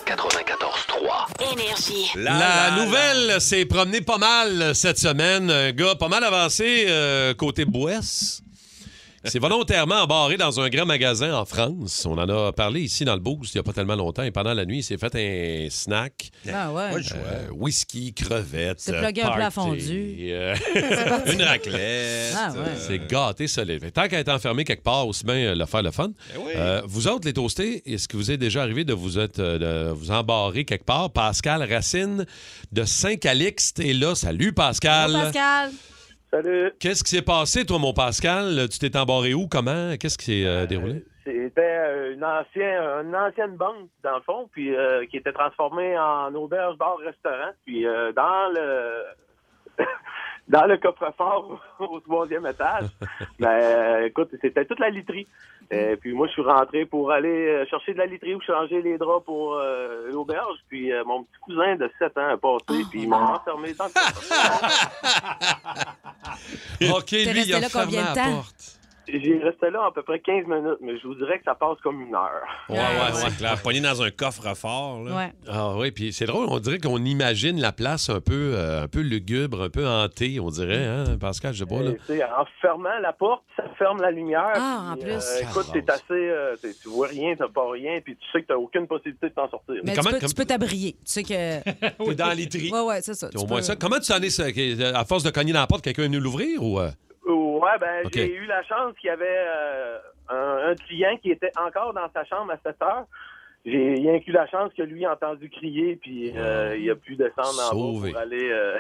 B: 94-3.
A: Énergie.
E: La, nouvelle s'est promenée pas mal cette semaine. Un gars pas mal avancé euh, côté Boisse. C'est volontairement embarré dans un grand magasin en France. On en a parlé ici dans le Boost il n'y a pas tellement longtemps. Et pendant la nuit, il s'est fait un snack.
F: Ah ouais. Ouais, je vois.
E: Euh, whisky, crevettes.
F: C'est
E: euh,
F: plugué un plat
E: party,
F: fondu.
E: euh,
F: C'est parti.
E: une raclette.
F: Ah ouais.
E: euh, C'est gâté solide. Fait que Tant qu'à être enfermé quelque part, aussi bien euh, le faire le fun. Euh, vous autres, les toastés, est-ce que vous est déjà arrivé de vous, être, euh, de vous embarrer quelque part? Pascal Racine de Saint-Calix, t'es là. Salut, Pascal.
F: Pascal.
P: Salut.
E: Qu'est-ce qui s'est passé, toi, mon Pascal? Tu t'es embarré où? Comment? Qu'est-ce qui s'est euh, déroulé?
P: C'était euh, une, ancienne, une ancienne banque, dans le fond, puis euh, qui était transformée en auberge, bar, restaurant. Puis euh, dans le dans le coffre-fort
Q: *laughs*
P: au troisième étage, ben, euh, écoute, c'était toute la literie. Et puis moi, je suis rentré pour aller euh, chercher de la literie ou changer les draps pour euh, l'auberge. Puis euh, mon petit cousin de 7 ans a passé, puis ils m'ont enfermé dans le *laughs*
E: OK,
P: T'es
E: lui, il a
P: resté
E: fermé
P: là combien de
E: la
P: temps?
E: porte.
P: J'ai resté là à peu près 15 minutes, mais je vous dirais que ça passe comme une heure.
E: Ouais, ouais,
G: ouais.
E: c'est clair. Pogné dans un coffre-fort.
P: là. Ouais.
E: Ah oui, puis c'est drôle, on dirait qu'on imagine la place un peu, euh, un peu lugubre, un peu hantée, on dirait, hein, Pascal, je sais pas, là.
P: Et, tu sais, en fermant la porte, ça ferme la lumière.
F: Ah,
P: puis,
F: en plus.
P: euh, écoute, t'es assez. euh, t'es- tu vois rien, t'as pas rien, puis tu sais que t'as aucune possibilité de t'en sortir.
F: Mais tu peux- tu peux t'abrier. Tu sais que.
E: T'es dans l'étrie.
F: Ouais, ouais, c'est ça.
E: Puis au
F: Tu
E: moins
F: peux-
E: ça. Comment tu t'en es, ça, que- à force de cogner dans la porte, quelqu'un est venu l'ouvrir ou... euh?
P: Ouais, ben,
E: Ok.
P: j'ai eu la chance qu'il y avait euh, un, un client qui était encore dans sa chambre à 7 heures. J'ai il y a eu la chance que lui a entendu crier, puis euh, il a pu descendre en bas
E: Sauvé.
P: pour aller. euh,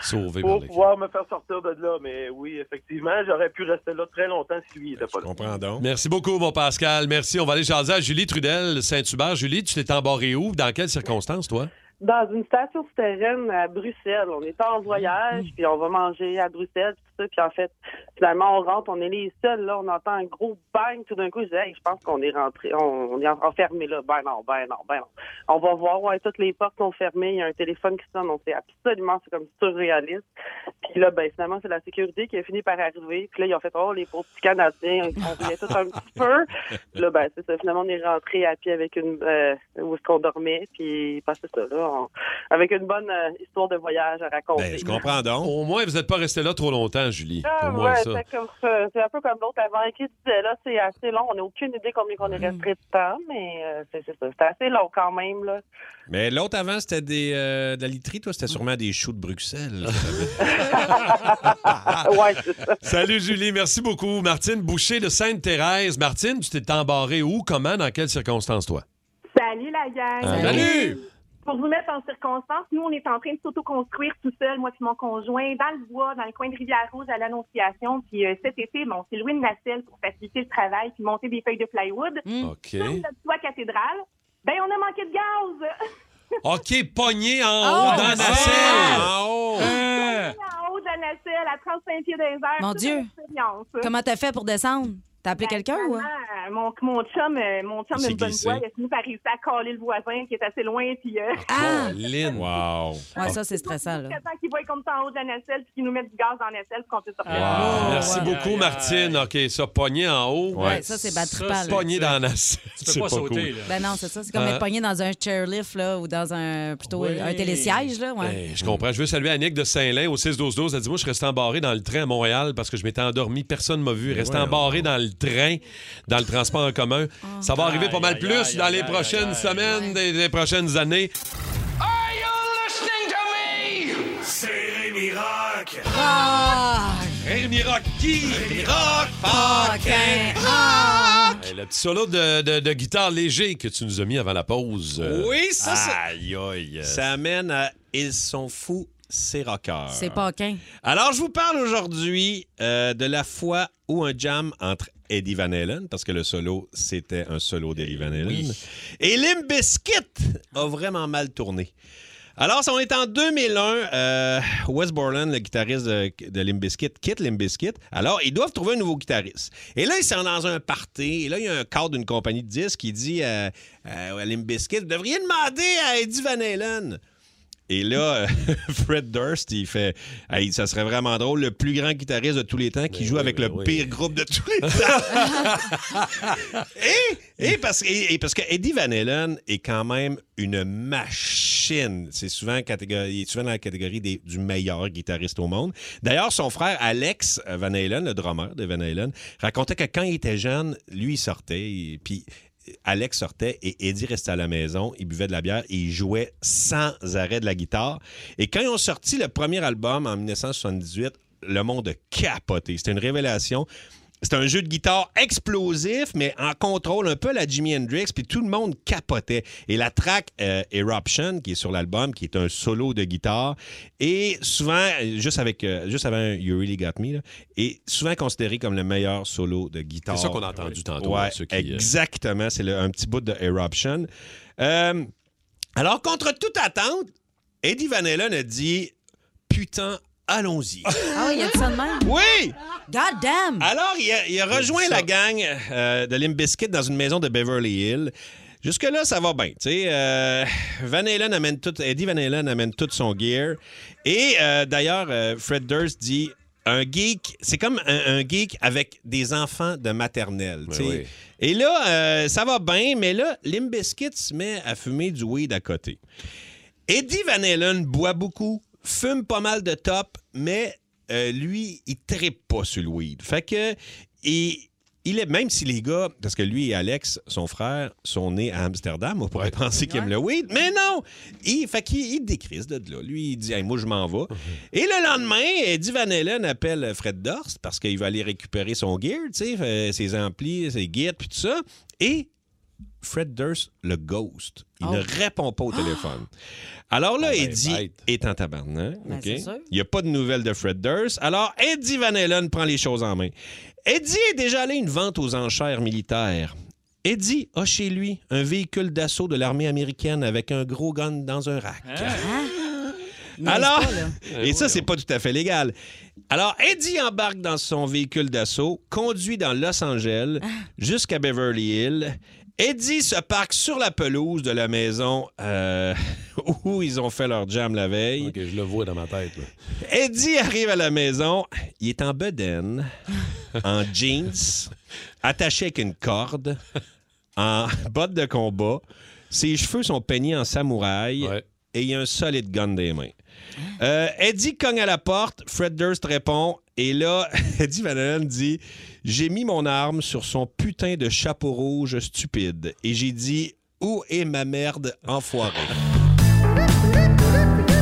E: Sauvé par
R: Oh.
P: *laughs* Pour
E: les-
P: pouvoir me faire sortir de là, mais oui, effectivement, j'aurais pu rester là très longtemps si lui
E: Ben,
P: n'était pas là.
E: Merci beaucoup, mon Pascal. Merci. On va aller jaser à Julie Trudel, Saint-Hubert. Julie, tu t'es embarré où? Dans quelles circonstances, toi?
R: Dans une station souterraine à Bruxelles. On est en voyage, puis on va manger à Bruxelles, puis tout ça. Puis en fait, finalement, on rentre, on est les seuls, là. On entend un gros bang tout d'un coup. Je dis, Hey, je pense qu'on est rentré, on, on est enfermé là. Ben non, ben non, ben non. On va voir, ouais, toutes les portes sont fermées. Il y a un téléphone qui sonne. On sait absolument, c'est comme surréaliste. Puis là, ben finalement, c'est la sécurité qui a fini par arriver. Puis là, ils ont fait, oh, les pauvres petits Canadiens, on riait tout un petit peu. Puis là, ben, c'est ça. Finalement, on est rentré à pied avec une. euh, où est-ce qu'on dormait, puis passé ça, là. on- avec une bonne euh, histoire de voyage à raconter.
E: Ben, donc. Au moins, vous n'êtes pas resté là trop longtemps, Julie.
R: Ah,
E: Au moins
R: ouais,
E: ça.
R: c'est comme ça. C'est un peu comme l'autre avant qui disait, là, c'est assez long. On n'a aucune idée combien on est
E: Mm.
R: resté de temps, mais euh, c'est c'est ça. C'est assez long quand même, là.
G: Mais l'autre avant, c'était des, euh, de la literie, toi. C'était sûrement des choux de Bruxelles.
E: *laughs* Salut, Julie. Merci beaucoup. Martine Boucher de Sainte-Thérèse. Martine, tu t'es embarré où? Comment? Dans quelles circonstances, toi?
S: Salut la gang!
E: Salut. Salut.
S: Pour vous mettre en circonstance, nous, on est en train de s'auto-construire tout seul, moi et mon conjoint, dans le bois, dans le coin de Rivière-Rouge, à l'Annonciation. Puis euh, cet été, bon, on s'est loué une nacelle pour faciliter le travail puis monter des feuilles de plywood.
F: Mm.
E: OK.
S: Sur notre toit cathédrale, ben on a manqué de gaz! *laughs*
E: OK, pogné en
S: Oh,
E: haut dans la
S: nacelle.
E: selle.
F: Ah,
E: En
F: oh.
E: haut.
S: en haut de la nacelle, à 35 pieds dans les airs.
F: Mon
S: Toute
F: Dieu.
S: une expérience.
F: Comment t'as fait pour descendre? T'as appelé quelqu'un ou?
S: Finalement, euh, Mon, mon chum, euh, mon chum
F: Il
S: a
F: s'est
S: une bonne
F: glissé.
S: voix. Il a fini par réussir à caler le voisin qui est assez loin. Puis, euh,
F: Ah,
E: Lynn. Wow.
F: Ouais, ça, c'est stressant, là.
S: *laughs* jusqu'à temps qu'il voit comme ça en haut de la nacelle, puis qu'il nous mette du gaz dans la nacelle, puis qu'on puisse sortir.
E: Ah,
G: Oh,
E: Merci beaucoup, Martine. OK, ça, pogné en haut.
F: Ouais, ça, c'est battre Ça, pâle. c'est-
E: Pogné dans la selle.
C: Tu peux
E: C'est
C: pas sauter,
E: cool.
C: là.
F: Ben non, c'est ça. C'est comme
E: Euh,
F: être pogné dans un chairlift là, ou dans un plutôt
E: Oui.
F: un télésiège. Là, ouais.
E: Hey, Eh, Ben, je comprends. Je veux saluer Annick de Saint-Lin au 6-12-12. Elle dit Moi, je restais embarré dans le train à Montréal parce que je m'étais endormi. Personne ne m'a vu. Resté
G: Ben voyons.
E: embarré dans le train, dans le transport en commun.
F: Oh,
E: Ça va arriver pas mal
G: Aïe,
E: plus
G: aïe,
E: dans
G: aïe,
E: les
G: aïe,
E: prochaines semaines, des- les prochaines années.
M: Are you listening to me? C'est Rémi Rock.
F: Ah!
M: Rémi
E: Rémi Rock qui? Rémi Rock
M: Paquin.
E: Eh, Le petit solo de, de- de guitare léger que tu nous as mis avant la pause. euh,
G: Oui, ça, ça-
E: Aïe, aïe.
G: Ça amène à Ils sont fous, c'est rockers.
F: C'est Paquin.
G: Alors, je vous parle aujourd'hui euh, de la fois où un jam entre Eddie Van Halen, parce que le solo, c'était un solo d'Eddie Van Halen,
E: oui.
G: et Limp Bizkit a vraiment mal tourné. Alors, ça, on est en 2001. euh, Wes Borland, le guitariste de, de Limp Bizkit, quitte Limp Bizkit. Alors, ils doivent trouver un nouveau guitariste. Et là, ils sont dans un party. Et là, il y a un cadre d'une compagnie de disques qui dit euh, euh, à Limp Bizkit, vous devriez demander à Eddie Van Halen. Et là, *laughs* euh, Fred Durst, il fait Hey, ça serait vraiment drôle, le plus grand guitariste de tous les temps qui joue avec le pire groupe de tous les
F: Hein?
G: temps. et, et parce, et- et parce que Eddie Van Halen est quand même une machine. C'est souvent, catégorie, il est souvent dans la catégorie des- du meilleur guitariste au monde. D'ailleurs, son frère Alex Van Halen, le drummer de Van Halen, racontait que quand il était jeune, lui, il sortait, et- puis Alex sortait et Eddie restait à la maison. Il buvait de la bière et il jouait sans arrêt de la guitare. Et quand ils ont sorti le premier album en 1978, le monde a capoté. C'était une révélation. C'était un jeu de guitare explosif, mais en contrôle, un peu à la Jimi Hendrix, puis tout le monde capotait. Et la track euh, Eruption, qui est sur l'album, qui est un solo de guitare, et souvent, euh, juste, avec, euh, juste avant You Really Got Me, là, est souvent considéré comme le meilleur solo de guitare.
E: C'est ça qu'on a entendu tantôt,
G: Ouais,
E: hein, ceux qui, euh,
G: Exactement, c'est le- un petit bout de Eruption. Euh, alors, contre toute attente, Eddie Van Halen a dit Putain, allons-y.
F: Ah oui, il y a de ça de même?
G: Oui!
F: God damn!
G: Alors, il a, il a rejoint la gang euh, de Limp Bizkit dans une maison de Beverly Hills. Jusque-là, ça va bien. tu sais. Euh, Van Halen amène tout, Eddie Van Halen amène tout son gear. Et euh, d'ailleurs, euh, Fred Durst dit un geek, c'est comme un, un geek avec des enfants de maternelle. tu sais.
E: oui.
G: Et là, euh, ça va bien, mais là, Limp Bizkit se met à fumer du weed à côté. Eddie Van Halen boit beaucoup, fume pas mal de top, mais euh, lui, il tripe pas sur le weed. Fait que, il, il est, même si les gars, parce que lui et Alex, son frère, sont nés à Amsterdam, on pourrait penser qu'ils aiment le weed, mais non! Il, fait qu'il il décrise de là. Lui, il dit, Hey, moi, je m'en vais. et le lendemain, Eddie Van Halen appelle Fred Dorst parce qu'il va aller récupérer son gear, tu sais, euh, ses amplis, ses guides, puis tout ça. Et Fred Durst le ghost. Il
M: Oh.
G: ne répond
M: *gasps*
G: pas au téléphone. Alors là, Eddie est en tabarnak.
M: Ah, Ben,
G: OK?
M: c'est sûr.
G: Il n'y a pas de nouvelles de Fred Durst. Alors, Eddie Van Halen prend les choses en main. Eddie est déjà allé à une vente aux enchères militaires. Eddie a chez lui un véhicule d'assaut de l'armée américaine avec un gros gun dans un rack. Alors, *laughs* et ça, c'est pas tout à fait légal. Alors, Eddie embarque dans son véhicule d'assaut, conduit dans Los Angeles jusqu'à Beverly Hills. Eddie se parque sur la pelouse de la maison euh, *laughs* où ils ont fait leur jam la veille. je le vois dans ma tête. Eddie arrive à la maison. Il est en bedaine, en *laughs* jeans, attaché avec une corde, en *laughs* bottes de combat. Ses cheveux sont peignés en samouraï et il a un solide gun des mains. Euh, Eddie cogne à la porte, Fred Durst répond, et là, *laughs* Eddie Van Halen dit J'ai mis mon arme sur son putain de chapeau rouge stupide et j'ai dit Où est ma merde enfoirée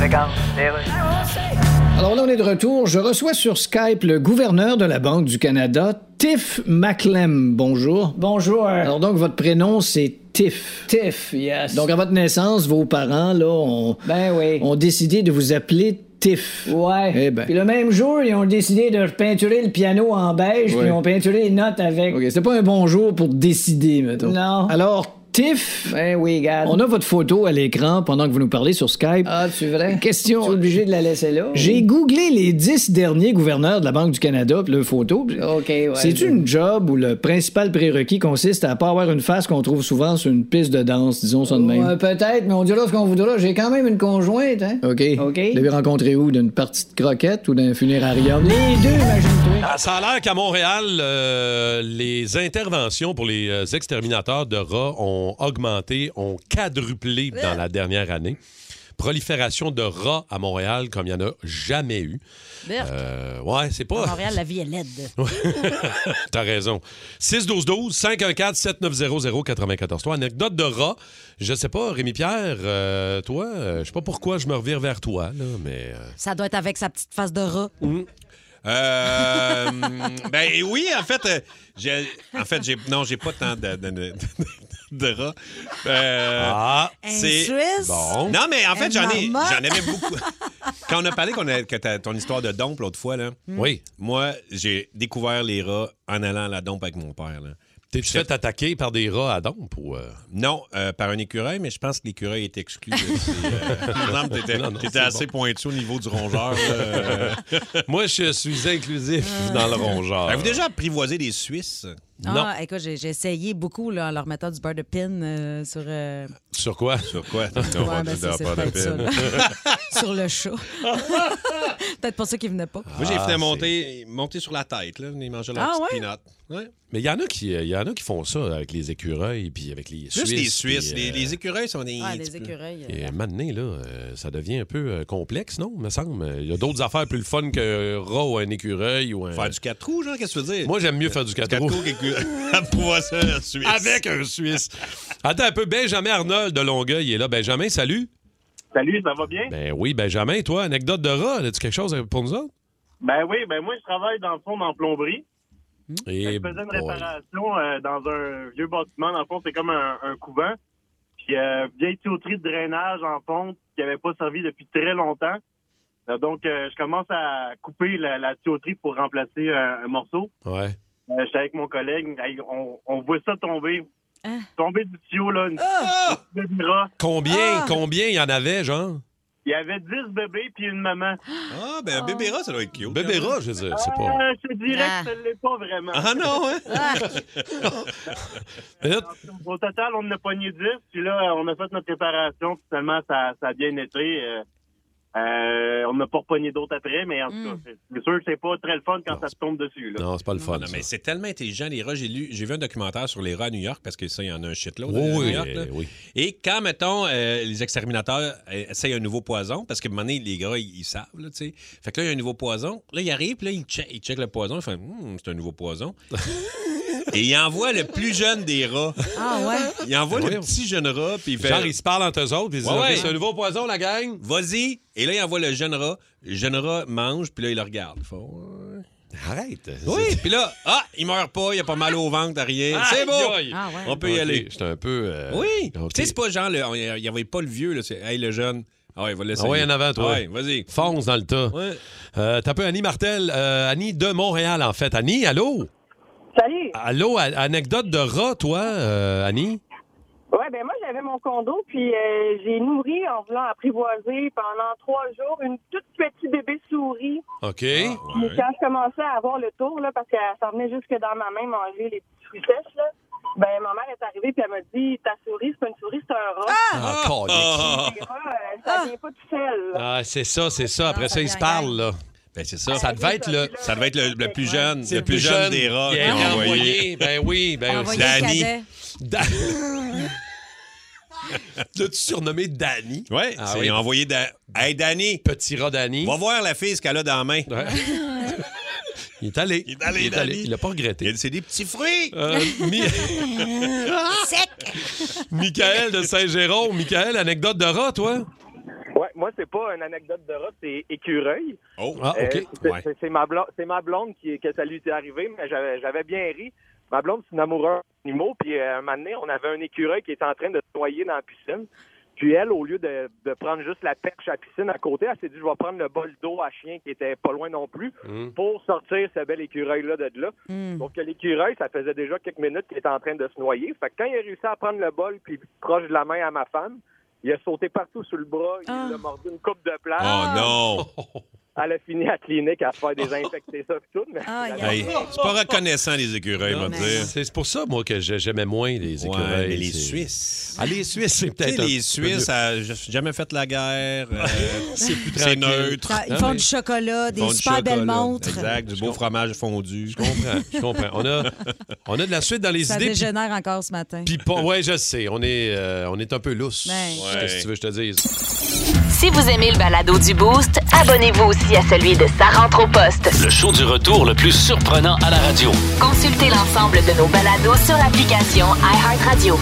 M: Regarde,
F: Eh
I: Alors là, on est de retour. Je reçois sur Skype le gouverneur de la Banque du Canada, Tiff McLem. Bonjour. Bonjour. Alors donc, votre prénom, c'est Tiff. Tiff, yes. Donc, à votre naissance, vos parents, là, ont,
J: Ben
I: ont décidé de vous appeler Tiff. Ouais. Eh ben.
J: Puis le même jour, ils ont décidé de peinturer le piano en beige,
I: Ouais.
J: puis ils ont peinturé les notes avec.
I: OK, c'était pas un bon jour pour décider, mettons.
J: Non.
I: Alors, Tiff.
J: Ben oui, garde.
I: On a votre photo à l'écran pendant que vous nous parlez sur Skype.
J: Ah, tu vrai?
I: Question.
J: Tu es obligé de la laisser là?
I: J'ai googlé les dix derniers gouverneurs de la Banque du Canada, puis le photo. puis-
J: OK, ouais.
I: C'est une job où le principal prérequis consiste à pas avoir une face qu'on trouve souvent sur une piste de danse, disons ça de même.
J: Ouais, peut-être, mais on dira ce qu'on voudra. J'ai quand même une conjointe, hein?
I: OK.
J: OK.
I: Vous l'avez rencontré où? D'une partie de croquette ou d'un funérarium?
J: Les deux, ben, imagine-toi.
E: Ah, ça a l'air qu'à Montréal, euh, les interventions pour les euh, exterminateurs de rats ont augmenté, ont quadruplé dans la dernière année. Prolifération de rats à Montréal comme il n'y en a jamais eu.
F: Merde.
E: Euh, ouais, c'est
F: À
E: pas.
F: Montréal, la vie est laide.
E: *laughs* T'as raison. 612-12, 514-7900-943. Anecdote de rat. Je sais pas, Rémi-Pierre, euh, toi, euh, je sais pas pourquoi je me revire vers toi, là, mais... euh,
F: Ça doit être avec sa petite face de rat.
G: Euh, ben oui, en fait, euh, j'ai- en fait, j'ai non, j'ai pas tant de, de, de- de rats. Euh,
E: Ah.
M: Un
G: c'est-
M: Suisse?
G: Bon. Non, mais en fait,
M: Une
G: j'en ai,
M: marmotte?
G: j'en avais beaucoup. Quand on a parlé qu'on a, que t'as- ton histoire de dompe l'autre fois là.
E: Mm. Oui.
G: Moi, j'ai découvert les rats en allant à la dompe avec mon père là.
E: T'es-tu fait attaquer par des rats à dompe ou
G: Non, euh, par un écureuil, mais je pense que l'écureuil est exclu. là. C'est,
E: *laughs*
G: euh, il me semble que t'étais-
E: Non, non,
G: t'étais
E: Ah, c'est
G: assez
E: bon.
G: pointu au niveau du
E: *laughs*
G: rongeur. là. Euh,
E: Moi, je suis inclusif dans le rongeur.
G: Avez-vous déjà apprivoisé des Suisses?
F: Ah, écoute, j'ai j'ai essayé beaucoup là, en leur mettant du beurre de pin euh, sur,
E: *laughs*
F: euh,
E: Sur quoi?
G: Sur
E: *laughs*
G: quoi?
F: Ouais, ben, ça, c'est peut-être ça, là.
G: *laughs*
F: sur le chat. *laughs* peut-être pour ça qu'ils venaient pas.
G: Moi, j'ai
E: Ah,
G: fait
E: c'est-
G: monter, monter sur la tête, là, venir manger leur
F: Ah,
G: petite
F: ouais?
G: peanut. Ouais.
E: Mais il y en a qui, euh, il y en a qui font ça avec les écureuils puis avec les
G: Juste
E: Suisses.
G: les Suisses.
E: puis,
G: les,
E: euh,
G: les écureuils sont des.
F: Ah,
G: petits
F: les
G: peu-
F: écureuils.
E: Et euh, maintenant, là, euh, ça devient un peu euh, complexe, non, me semble? Il y a d'autres affaires plus le fun que euh, rat ou un écureuil ou un...
G: Faire du 4 roues, genre, qu'est-ce que tu veux dire?
E: Moi, j'aime mieux faire du 4 roues.
G: *laughs* Apprivoiser un Suisse.
E: Avec un Suisse. Attends un peu, Benjamin Arnold de Longueuil est là. Benjamin, salut.
O: Salut, ça va bien?
E: Ben oui, Benjamin, toi, anecdote de rat, as-tu quelque chose pour nous autres?
O: Ben oui, ben moi, je travaille dans le fond en plomberie.
E: Et
O: Ben, Je faisais une
E: boy.
O: réparation euh, dans un vieux bâtiment. Dans le fond, c'est comme un, un couvent. Puis, euh, vieille tuyauterie de drainage en fond qui n'avait pas servi depuis très longtemps. Euh, donc, euh, je commence à couper la, la tuyauterie pour remplacer un, un morceau.
E: Ouais.
O: Euh, J'étais avec mon collègue. Hey, on, on voit ça tomber. Tomber du tuyau, là. Une, une petite bébé rat.
E: Combien, combien il y en avait, genre?
O: Il y avait 10 bébés puis une maman.
G: Ah, ben un bébé rat, ça doit être cute.
E: Bébé
G: quand même.
E: rat, je veux dire, c'est pas...
O: Euh, je te dirais que ce l'est pas vraiment. *laughs*
G: Ah non, hein? *laughs*
E: Mais là,
O: Au total, on en a pogné 10, puis là, on a fait notre réparation, puis finalement, ça, ça a bien été. euh, euh, on n'a pas repogné d'autres après, mais en tout cas, c'est- c'est sûr que c'est pas très le fun quand ça te tombe dessus. Là.
E: Non, c'est pas le fun.
G: Non, mais c'est tellement intelligent, les rats. J'ai lu, j'ai vu un documentaire sur les rats à New York, parce que ça, il y en a un shitload
E: Oui,
G: à New
E: oui,
G: York. là.
E: oui.
G: Et quand, mettons, euh, les exterminateurs euh, essayent un nouveau poison, parce qu'à un moment donné, les gars, ils, ils savent, là, tu sais. Fait que là, il y a un nouveau poison. Là, ils arrivent, puis là, ils che- ils checkent le poison. Ils font, Hum, c'est un
E: *laughs*
G: nouveau poison. Et ils envoient le plus jeune des rats.
F: Ah ouais?
G: Ils envoient le
E: Voyons.
G: petit jeune rat, puis il fait.
E: Genre, ils se parlent entre eux autres, puis ils disent,
G: Ouais,
E: OK,
G: ouais.
E: c'est un nouveau poison, la gang.
G: Vas-y. Et là, il envoie le jeune rat. Le jeune rat mange, puis là, il le regarde. Il fait, Ouais.
E: Arrête.
G: Oui, puis là, ah, il meurt pas, il a pas mal au ventre, t'as rien. C'est beau.
E: Aïe, aïe. Ah, ouais.
G: On peut
E: Ok,
G: y aller.
E: J'étais un peu. euh,
G: Oui.
E: ok.
G: Tu sais, c'est pas genre, le- on- il n'y avait pas le vieux, là. C'est, hey, le jeune. Ah ouais, va laisser.
E: Ah ouais, en avant, toi.
G: Ouais, vas-y.
E: Fonce dans le tas.
G: Ouais.
E: Euh, T'as un peu Annie Martel, euh, Annie de Montréal, en fait. Annie, allô?
T: Salut!
E: Allô, a- anecdote de rat, toi, euh, Annie?
T: Ouais, ben moi j'avais mon condo, puis euh, j'ai nourri en voulant apprivoiser pendant trois jours une toute petite bébé souris.
E: OK.
T: Puis quand je commençais à avoir le tour, là, parce qu'elle s'en venait jusque dans ma main manger les petits fruits sèches, là, ben ma mère est arrivée puis elle m'a dit ta souris, c'est pas une souris, c'est un rat. *laughs*
E: Ah, calique.
T: Puis Les rats, euh, ça vient pas tout seul.
E: Ah, c'est ça, c'est ça. Après ça, ils se
T: gang,
E: parlent, là.
G: Ben, c'est ça.
E: Ça devait être le.
G: Ça devait être le, le plus jeune,
E: C'est
G: le plus jeune, des rats.
E: Il a
G: qu'on
E: été
G: envoyait.
E: envoyé. Ben oui, ben oui.
G: Envoyé Danny. cadet.
E: *laughs* L'as-tu surnommé Danny?
G: Ouais,
E: Ah
G: c'est
E: oui.
G: envoyé. Da... Hey, Danny.
E: Petit rat Danny.
G: Va voir la fille, ce qu'elle a dans la main. *laughs*
E: Il est allé.
G: Il est allé, Danny.
E: Il l'a pas regretté.
G: Il a- C'est des petits fruits.
E: Euh, mi-
M: Sec.
E: Michael de Saint-Jérôme. Michael, anecdote de rat, toi?
Q: Ouais, moi, c'est pas une anecdote de rat, c'est écureuil. Euh,
G: Oh,
E: ah, ok.
Q: c'est,
E: Ouais.
Q: c'est- c'est ma blonde, c'est ma blonde qui, que ça lui était arrivé, mais j'avais, j'avais bien ri. Ma blonde, c'est une amoureuse d'animaux, puis euh, un moment donné, on avait un écureuil qui était en train de se noyer dans la piscine. Puis elle, au lieu de, de prendre juste la perche à piscine à côté, elle s'est dit, je vais prendre le bol d'eau à chien qui était pas loin non plus
G: Hmm.
Q: pour sortir ce bel écureuil-là de là. Donc, que l'écureuil, ça faisait déjà quelques minutes qu'il était en train de se noyer. Fait que quand il a réussi à prendre le bol puis proche de la main à ma femme, il a sauté partout sur le bras, il a mordu une coupe de plâtre.
G: Oh
E: non!
Q: *laughs* Elle a fini à la clinique à se faire désinfecter ça et tout. Mais
G: Hey, c'est pas reconnaissant, les écureuils, on va dire.
E: C'est c'est pour ça, moi, que j'ai- j'aimais moins les écureuils.
G: mais les
E: c'est-
G: Suisses.
E: Ah, les Suisses, c'est
G: Tu sais,
E: peut-être. un
G: les
E: peu
G: Suisses,
E: mieux.
G: ça- je suis jamais fait la guerre. euh,
E: *laughs* C'est plus
G: C'est
E: tranquille.
G: neutre.
F: Ça- Ils font du chocolat, des
G: Ils font du
F: super
G: chocolat.
F: belles montres.
G: Exact, du beau fromage fondu. Je
E: comprends, je comprends. On
G: *laughs*
E: a, on a de la suite dans les
F: Ça
E: idées. puis-
F: dégénère encore ce matin.
E: puis pas- ouais, je sais. On est, euh, on est un peu lousse.
F: Ouais.
E: Qu'est-ce que tu veux que je te dise?
A: Si vous aimez le balado du Boost, abonnez-vous aussi à celui de Sa rentre au poste.
D: Le show du retour le plus surprenant à la radio.
A: Consultez l'ensemble de nos balados sur l'application iHeartRadio.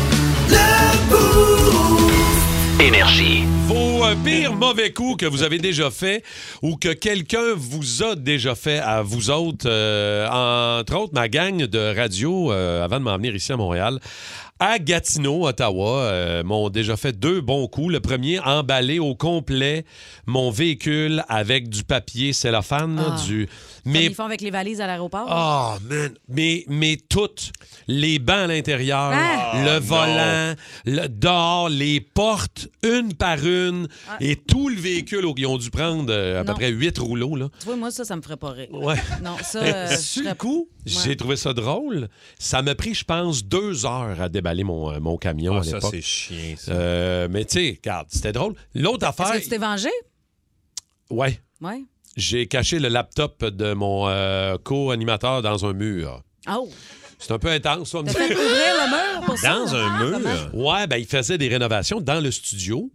D: Énergie.
E: Vos ou un pire mauvais coup que vous avez déjà fait ou que quelqu'un vous a déjà fait à vous autres. Euh, entre autres, ma gang de radio, euh, avant de m'en venir ici à Montréal, à Gatineau, Ottawa, euh, m'ont déjà fait deux bons coups. Le premier, emballer au complet mon véhicule avec du papier cellophane, là,
F: Ah.
E: du...
F: Comme ils font avec les valises à l'aéroport.
E: Ah, man! Mais, mais toutes, les bancs à l'intérieur,
F: Hein?
E: le
F: Ah,
E: volant, le dehors, les portes, une par une, et tout le véhicule. au- Ils ont dû prendre euh, à
F: Ah. Non.
E: peu près huit rouleaux, là.
F: Tu vois, moi, ça, ça me ferait pas rire.
E: Ouais.
F: Non, ça.
E: Mais sur
F: euh, je
E: le
F: serais-
E: coup,
F: Ouais.
E: j'ai trouvé ça drôle. Ça m'a pris, je pense, deux heures à déballer mon, euh, mon camion
G: Ah,
E: à
G: ça,
E: l'époque.
G: c'est chiant, ça.
E: Euh, mais tu sais, regarde, c'était drôle. L'autre
F: Est-ce
E: affaire,
F: que tu t'es vengé?
E: ouais,
F: Oui.
E: j'ai caché le laptop de mon euh, co-animateur dans un mur.
F: Oh!
E: C'est un peu intense, ça. me
F: Fait ouvrir le mur pour ça.
E: Dans un mur? Ouais, ben, il faisait des rénovations dans le studio.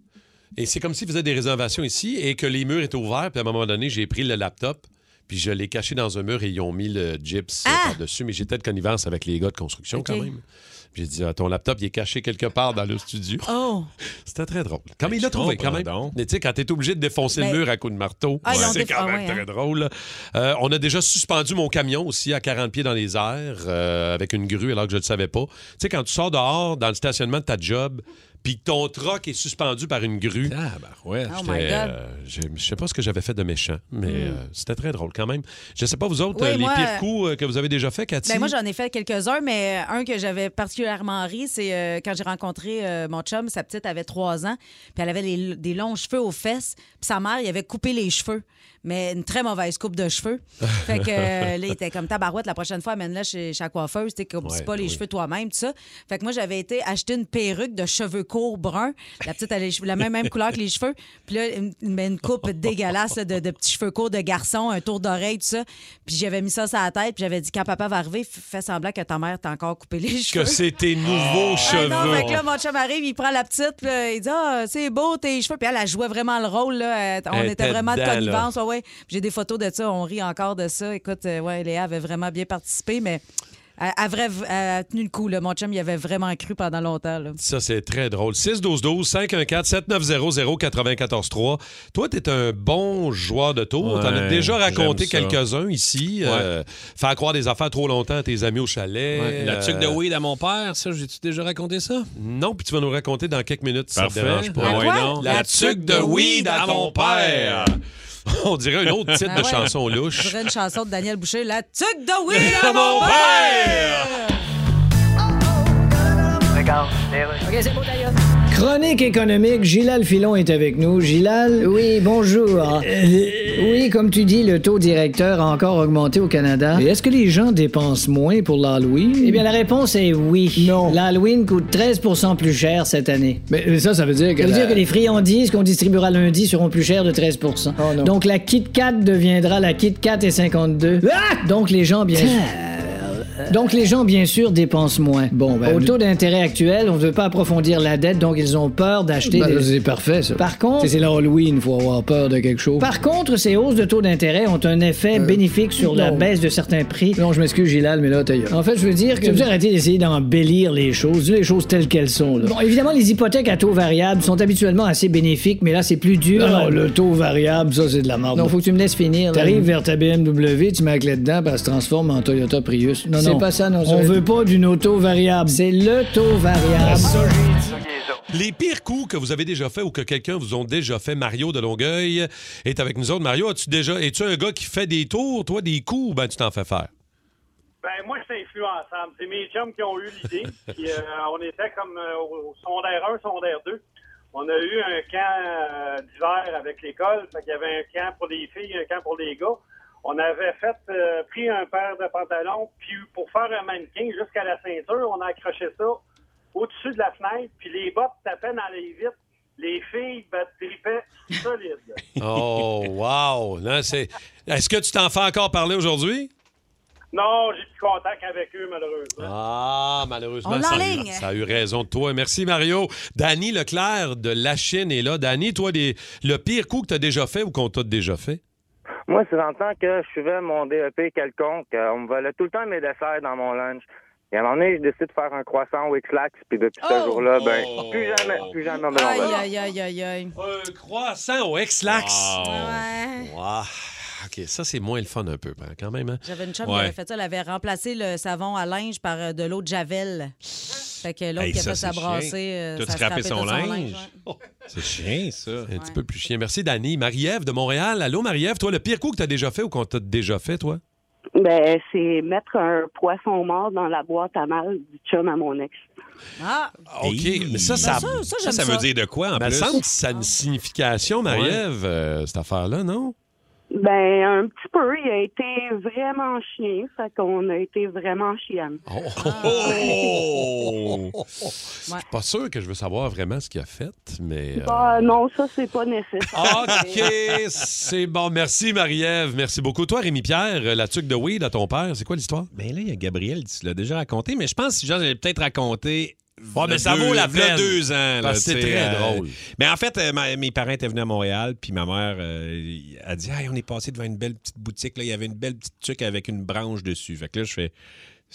E: Et c'est comme s'il faisait des rénovations ici et que les murs étaient ouverts. Puis à un moment donné, j'ai pris le laptop, puis je l'ai caché dans un mur et ils ont mis le gyps euh, par-dessus. Mais j'étais de connivence avec les gars de construction
F: Ah! Ok.
E: quand même. Puis J'ai dit, Ah, ton laptop, il est caché quelque part dans le studio.
F: Oh!
E: *laughs* C'était très drôle. Comme il l'a trouvé, quand même. Mais tu sais, quand t'es obligé de défoncer
F: Ben-
E: le mur à coups de marteau,
F: Ah, ils l'ont
E: c'est
F: déf-
E: quand
F: ah
E: même
F: ouais,
E: très
F: hein.
E: drôle. Euh, on a déjà suspendu mon camion aussi à 40 pieds dans les airs euh, avec une grue alors que je ne le savais pas. Tu sais, quand tu sors dehors dans le stationnement de ta job, puis que ton troc est suspendu par une grue. Ah, ben ouais.
F: Oh my God.
E: euh,
F: Hmm.
E: je sais pas ce que j'avais fait de méchant, mais euh, c'était très drôle quand même. Je sais pas, vous autres,
F: Oui,
E: euh, les
F: moi, euh,
E: pires coups euh, que vous avez déjà fait, Cathy?
F: Ben moi, j'en ai fait quelques-uns, mais euh, un que j'avais particulièrement ri, c'est euh, quand j'ai rencontré euh, mon chum, sa petite avait trois ans, puis elle avait les- des longs cheveux aux fesses, puis sa mère, il avait coupé les cheveux, mais une très mauvaise coupe
E: *laughs*
F: de cheveux. Fait que euh, là, il était comme tabarouette, la prochaine fois, amène-la chez, chez la coiffeuse, tu coupe
U: Ouais,
F: pas les
U: oui.
F: cheveux toi-même, tout ça. Fait que moi, j'avais été acheter une perruque de cheveux courts bruns, la petite, elle a les cheveux- la même, même couleur que les cheveux, puis là, une, mais une coupe dégueulasse là, de, de petits cheveux courts de garçon, un tour d'oreille, tout ça. Puis j'avais mis ça sur la tête, puis j'avais dit quand papa va arriver, f- fais semblant que ta mère t'a encore coupé les cheveux.
E: Que c'est tes nouveaux
F: Ah
E: cheveux.
F: non, fait que là, mon chum arrive, il prend la petite, puis là, il dit Ah, c'est beau tes cheveux. Puis elle, elle jouait vraiment le rôle, là. Elle- On
E: Elle
F: était
E: était
F: vraiment de
E: dedans,
F: connivence. Ouais, ouais. Puis J'ai des photos de ça, on rit encore de ça. Écoute, euh, ouais, Léa avait vraiment bien participé, mais elle, elle avait- elle a tenu le coup, là. Mon chum, il avait vraiment cru pendant longtemps, là.
E: Ça, c'est très drôle. 612-12-514-7900-943. Toi, t'es un bon joueur de tour.
G: Ouais,
E: T'en as déjà raconté
G: j'aime ça.
E: quelques-uns ici. Euh, faire croire des affaires trop longtemps à tes amis au chalet.
D: Ouais, la tuque de
E: weed à mon père, ça, j'ai-tu déjà raconté ça? Non, puis tu vas nous raconter dans quelques minutes si
D: Parfait.
E: ça te dérange pas.
D: Ah ouais,
E: Ouais,
D: non.
E: La, tuque de weed à mon père. *laughs* On dirait un autre *laughs* titre
F: Ah
E: de
F: ouais.
E: chanson
F: Je
E: louche.
F: dirais une chanson de Daniel Boucher, La tuque de Will à
E: mon
M: OK, c'est beau, d'ailleurs.
I: Chronique économique, Gilal Filon est avec nous. Gilal, oui, Euh. bonjour. Oui, comme tu dis, le taux directeur a encore augmenté au Canada. Et est-ce que les gens dépensent moins pour l'Halloween? Eh bien, la réponse est oui. Non. L'Halloween coûte 13 plus cher cette année.
J: Mais ça, ça veut dire
I: Ça veut dire que les friandises qu'on distribuera lundi seront plus chères de 13 Donc la Kit Kat deviendra la Kit Kat et 52. Donc les gens bien Donc les gens bien sûr dépensent moins. Bon,
J: ben,
I: au taux d'intérêt actuel, on ne veut pas approfondir la dette, donc ils ont peur d'acheter
J: Ben,
I: des
J: c'est parfait, ça.
I: Par contre,
J: C'est- c'est l'Halloween, faut avoir peur de quelque chose.
I: par contre, ces hausses de taux d'intérêt ont un effet bénéfique sur la
J: non.
I: baisse de certains prix.
J: Non, je m'excuse, Gilal, mais là, t'as eu.
I: En fait, je veux dire que.
J: Tu veux dire,
I: arrêter d'essayer d'embellir les choses, les choses telles qu'elles sont. Bon, évidemment, les hypothèques à taux variable sont habituellement assez bénéfiques, mais là, c'est plus dur.
J: Non, non, le
I: Ah, taux variable, ça, c'est de la merde. Non, faut que tu me laisses finir. là.
J: T'arrives vers ta BMW, tu mets la clé dedans, puis elle se transforme en Toyota Prius.
I: Non, non.
J: C'est pas ça, non. ça
I: On
J: va être-
I: veut pas d'une auto variable. Ah, C'est le taux variable.
E: Les pires coups que vous avez déjà fait ou que quelqu'un vous ont déjà fait, Mario de Longueuil est avec nous autres. Mario, as-tu déjà es-tu un gars qui fait des tours, toi, des coups, ou ben tu t'en fais faire?
O: Ben, moi, c'est influençable. C'est mes chums qui ont eu l'idée. Puis, euh, on était comme euh, au au secondaire 1, secondaire 2. On a eu un camp euh, d'hiver avec l'école. Fait qu'il y avait un camp pour les filles, un camp pour les gars. On avait fait, euh, pris un paire de pantalons, puis pour faire un mannequin jusqu'à la ceinture, on a accroché ça au-dessus de la fenêtre, puis les bottes tapaient dans les vitres. Les filles ben, tripaient solide.
E: *laughs* Oh, wow! Là, c'est... Est-ce que tu t'en fais encore parler aujourd'hui?
O: Non, j'ai plus contact avec eux, malheureusement.
E: Ah, malheureusement,
O: On
E: ça, a
O: l'enligne.
E: eu- ça a eu raison de toi. Merci, Mario. Danny Leclerc de La Chine est là. Danny, toi, des- le pire coup que tu as déjà fait ou qu'on t'a déjà fait?
U: E
V: Moi, c'est en tant que je suivais mon DEP quelconque, euh, on me volait tout le temps mes desserts dans mon lunch.
U: Et à un moment donné, je décide de faire un croissant au X-Lax, puis depuis ce jour-là, ben,
G: Oh.
U: plus jamais, plus jamais on me l'envoie.
F: Aïe, aïe, aïe, aïe, aïe.
C: Un croissant au X-Lax.
F: Ouais.
E: Wow. OK, ça, c'est moins le fun un peu, hein, quand même. hein?
F: J'avais une chum
E: Ouais.
F: qui avait fait ça. Elle avait remplacé le savon à linge par euh, de l'eau de Javel. Fait que l'autre
E: Hey,
F: qui a
E: ça,
F: fait sa
E: c'est
F: brassée,
E: chien.
F: euh,
E: T'as-tu
F: ça a
E: scrapé
F: scrapé de
E: son linge?
F: ouais.
E: *laughs* C'est chien, ça. Un petit peu plus chien. Merci, Dani. Marie-Ève de Montréal. Allô, Marie-Ève, toi, le pire coup que t'as déjà fait ou qu'on t'a déjà fait, toi?
V: *laughs* Ben, c'est mettre un poisson mort dans la boîte à mal du chum à mon ex.
F: Ah!
E: OK, mais ça, ça,
F: Ben, ça,
E: ça,
F: ça, j'aime
E: veut
F: ça. Ah.
E: dire de quoi, en
F: Mais
E: plus?
F: ça me semble
E: Ben,
F: que
E: ça a une signification, Marie-Ève, euh, cette affaire-là, non?
V: Ben, un petit peu. Il a été vraiment chien. Fait qu'on a été vraiment chienne.
E: *laughs* Oh! oh, oh. Je suis pas sûr que je veux savoir vraiment ce qu'il a fait, mais... euh,
V: Bah, non, ça, c'est pas nécessaire.
E: OK, c'est bon. Merci, Marie-Ève. Merci beaucoup. Toi, Rémi-Pierre, euh, la tuque de weed à ton père, c'est quoi l'histoire?
G: Ben là, il y a Gabriel qui l'a déjà raconté, mais je pense que genre, j'allais peut-être raconter.
E: Ouais, mais ça vaut la peine.
G: deux ans.
E: Parce que c'est très drôle.
G: euh, Mais en fait, euh, ma- mes parents étaient venus à Montréal, puis ma mère euh, a dit Hey, on est passé devant une belle petite boutique. Là, il y avait une belle petite tuque avec une branche dessus. Fait que là, je fais.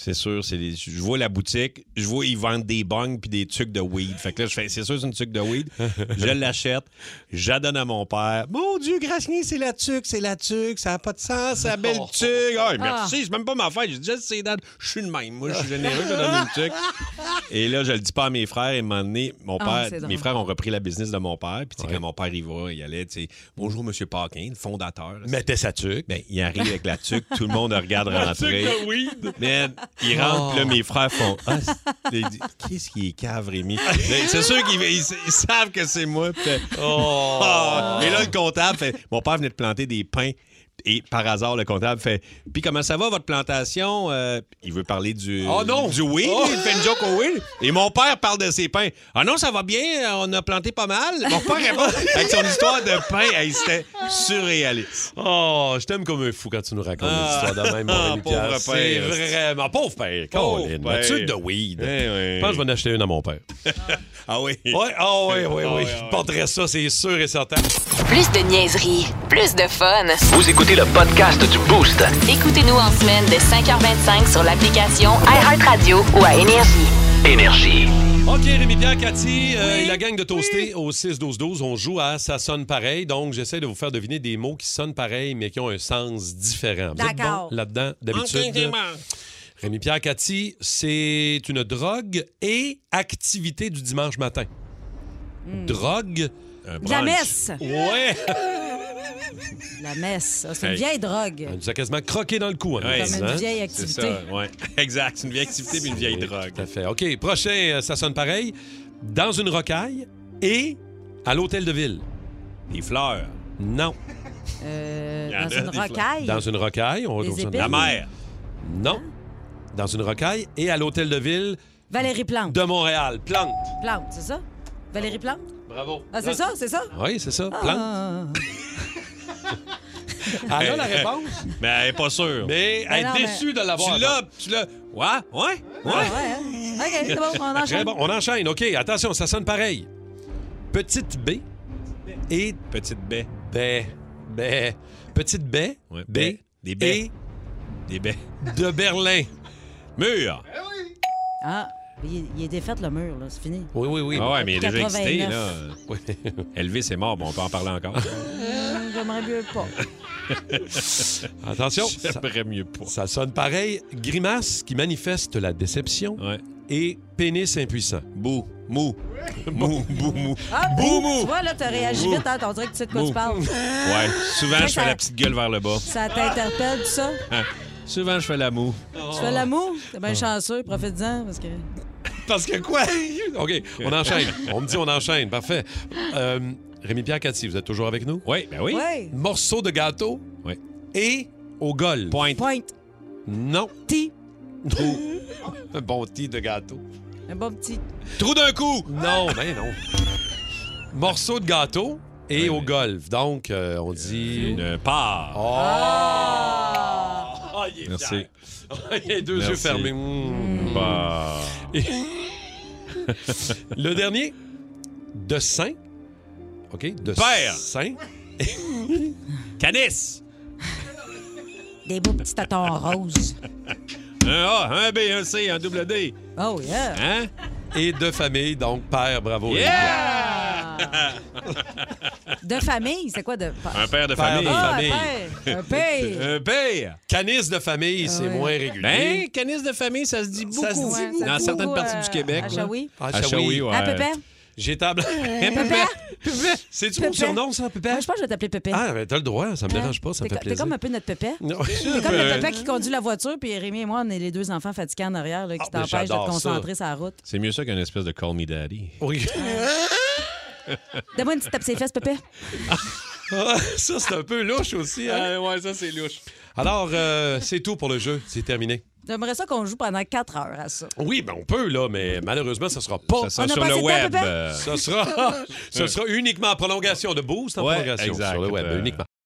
G: C'est sûr, c'est des- je vois la boutique, je vois ils vendent des bongs puis des tuques de weed. Fait que là, je fais, c'est sûr, c'est une tuque de weed. je l'achète, j'adonne à mon père. Mon Dieu, Grasnier, c'est la tuque, c'est la tuque, ça n'a pas de sens, la belle
E: Oh,
G: tuque. Ah, merci, c'est même pas ma fête. Je dis, c'est date. Je suis de même, moi, je suis généreux, je donne une tuque.
E: *laughs*
G: Et là, je le dis pas à mes frères. Et à un moment donné, mon
E: Ah,
G: père,
E: c'est drôle.
G: mes frères ont repris la business de mon père. Puis, tu sais, quand mon père y va, il allait, tu sais, bonjour, monsieur Parkin, le fondateur.
E: Mettez sa tuque.
G: Ben, il arrive avec la tuque, tout le monde regarde
E: La
G: rentrer.
E: tuque de weed.
G: Man, il rentre,
E: Oh.
G: puis là, mes frères font.
E: *laughs*
G: Ah, c'est- Là, il dit, Qu'est-ce qui est cave, Rémi? Ben, c'est sûr qu'ils ils- ils savent que c'est moi. puis-
E: Oh.
G: Ah. Et là, le comptable fait Mon père venait de planter des pins. Et par hasard, le comptable fait Puis comment ça va, votre plantation? Euh, il veut parler du,
E: Oh non!
G: du weed.
E: Oh!
G: Il fait une joke au weed. Et mon père parle de ses pains. Ah non, ça va bien, on a planté pas mal. Mon père *laughs* répond avec son histoire de pain, elle, c'était surréaliste.
E: Oh, je t'aime comme un fou quand tu nous racontes
G: Ah.
E: des histoires de même, mon
G: Ah,
E: ami
G: pauvre
E: Pierre. C'est
G: père.
E: vraiment... Pauvre père,
G: Pauvre
E: Colin. La
G: père.
E: tuque de weed.
G: Eh oui.
E: Je pense que je vais en acheter une à mon père.
G: Ah oui?
E: Ouais, ah oui, oui, oui. Je porterai ça, c'est sûr et certain.
A: Plus de niaiserie, plus de fun.
B: Vous écoutez le podcast du Boost.
A: Écoutez-nous en semaine de 5h25 sur l'application iHeartRadio ou à Énergie.
B: Énergie.
E: OK, Rémi Pierre, Cathy, euh, et la gang de Toasté au 6-12-12, on joue à Ça sonne pareil. Donc, j'essaie de vous faire deviner des mots qui sonnent pareil, mais qui ont un sens différent. Vous êtes
F: D'accord.
E: bon là-dedans, d'habitude. Rémi Pierre, Cathy, c'est une drogue et activité du dimanche matin. Drogue.
F: De la messe!
E: Ouais!
F: De La messe. Ah, C'est une
E: Hey.
F: vieille drogue.
E: On nous a quasiment croqué dans le cou. en
F: Ouais.
E: plus,
F: Comme une
E: hein?
F: vieille activité.
E: C'est ça,
G: ouais. Exact, c'est une vieille activité puis une vieille drogue.
E: Tout à fait. OK, prochain, euh, ça sonne pareil. Dans une rocaille et à l'hôtel de ville.
G: Des fleurs.
E: Non.
F: Euh,
E: Il y en
F: dans
E: a
F: une
E: des fleurs.
F: rocaille.
E: Dans une rocaille. On
F: Des
E: retrouve ça dans-
F: épines? La mer.
E: Non. Dans une rocaille et à l'hôtel de ville
F: Valérie Plante.
E: de Montréal. Plante.
F: Plante, c'est ça? Valérie Plante?
E: Bravo.
F: Ah, c'est ça, c'est ça?
E: Oui, c'est ça.
F: Ah.
E: Plante.
F: *laughs*
E: Ah, là, la
G: Hey, hey,
E: réponse?
G: Mais Ben, elle n'est pas sûre.
E: Mais
F: Ben elle est non, mais- déçue de l'avoir.
G: Tu l'as, tu l'as. Ouais, ouais, ouais.
F: Ah, ouais, hein? OK, c'est bon, on
E: Très
F: enchaîne.
E: bon. On enchaîne. OK, attention, ça sonne pareil. Petite B et...
G: Petite baie.
E: Baie. Baie. Petite baie.
G: Ouais,
E: baie.
G: Des baies.
E: et
G: Des baies.
E: de Berlin.
G: Mur.
F: Ah, il, il est défait le mur, là, c'est fini.
E: Oui, oui, oui.
G: Ah ouais, mais il est déjà
F: 89.
G: excité, là. *laughs* Elvis est mort, bon, on peut en parler encore.
F: Euh, J'aimerais mieux pas.
E: *laughs* Attention.
G: J'aimerais mieux pas.
E: Ça sonne pareil. Grimace qui manifeste la déception et pénis impuissant.
G: Bou. Mou. Mou, mou, mou.
F: Ah, Tu
G: Bou, mou.
F: vois, là, t'as réagi
G: Bou.
F: vite, hein? On dirait que tu sais de quoi
G: Mou.
F: tu parles.
G: Ouais, souvent, je fais la petite gueule vers le bas. *laughs*
F: Ça t'interpelle, tout ça?
G: Hein. Souvent, je fais la moue.
F: Tu fais l'amour? T'es bien chanceux, profite-en, parce que...
E: Parce que quoi? OK, on enchaîne. on me dit on enchaîne. Parfait. Euh, Rémi-Pierre Cathy, vous êtes toujours avec nous?
G: Oui, ben
F: oui. Oui.
E: Morceau de gâteau
G: oui.
E: et au golf.
G: Pointe.
F: Pointe.
E: Non.
F: Ti.
E: Trou. Un bon ti de gâteau.
F: Un bon petit...
E: Trou d'un coup! Non, ben non. Morceau de gâteau et au golf. Donc, euh, on dit... Ah.
G: Une part.
E: Oh! Ah, il est
G: Merci.
E: fier. Ah, il a deux
G: Merci.
E: yeux fermés. Mm. *laughs*
G: Bah.
E: Et- *laughs* Le dernier, de saint. OK? De *laughs*
G: Père.
E: saint.
G: Canis.
F: Des beaux petits tatons roses.
E: Un A, un B, un C, un double D.
F: Oh, yeah.
E: Hein? Et de famille, donc père, bravo.
F: De famille, c'est quoi de.
E: Un père de
F: Père
E: famille.
F: de Ah, famille. un père. Un *laughs*
E: *laughs*
F: père.
E: un père. Canis de famille, c'est
F: ouais.
E: moins régulier.
G: Ben, canis de famille, ça se dit beaucoup.
F: se dit Ouais, ça
G: Dans
F: se dit
G: certaines
F: beaucoup,
G: parties
F: euh,
G: du Québec.
F: à
G: là.
F: Shawi.
E: Ah,
G: À
E: Shawi,
G: Shawi,
E: ouais.
F: Ah, Pépère?
E: J'ai table.
F: Pépère?
E: C'est-tu mon
F: Pépère?
E: surnom, ça, Pépère?
F: Moi, je pense que je vais t'appeler Pépé.
E: Ah, ben, t'as le droit, ça me dérange pas, ça me
F: T'es
E: fait
F: co- T'es
E: plaisir. Ben
F: comme un peu notre pépé.
E: Non. *laughs*
F: T'es comme le pépé qui conduit la voiture, puis Rémi et moi, on est les deux enfants fatigués en arrière
G: Ah,
F: là, qui
E: ben,
F: t'empêchent de te
E: j'adore ça.
F: concentrer sur la route.
G: C'est mieux ça qu'un espèce de call me daddy.
E: Oui.
F: Donne-moi une
G: *laughs*
F: petite tape ses fesses, pépé.
E: Ah, ça, c'est un peu louche aussi. Hein? ouais, ça, c'est louche. Alors, euh, c'est tout pour le jeu. C'est terminé.
F: J'aimerais ça qu'on joue pendant 4 heures à ça.
E: Oui, ben on peut, là, mais malheureusement, ça sera pas
F: On a sur pas le assez de temps, web.
E: *laughs*
F: Pépin?
E: Ça sera, Euh, ce sera uniquement en prolongation de boost en
G: Ouais,
E: prolongation
G: exact,
E: sur le web,
G: euh,
E: uniquement.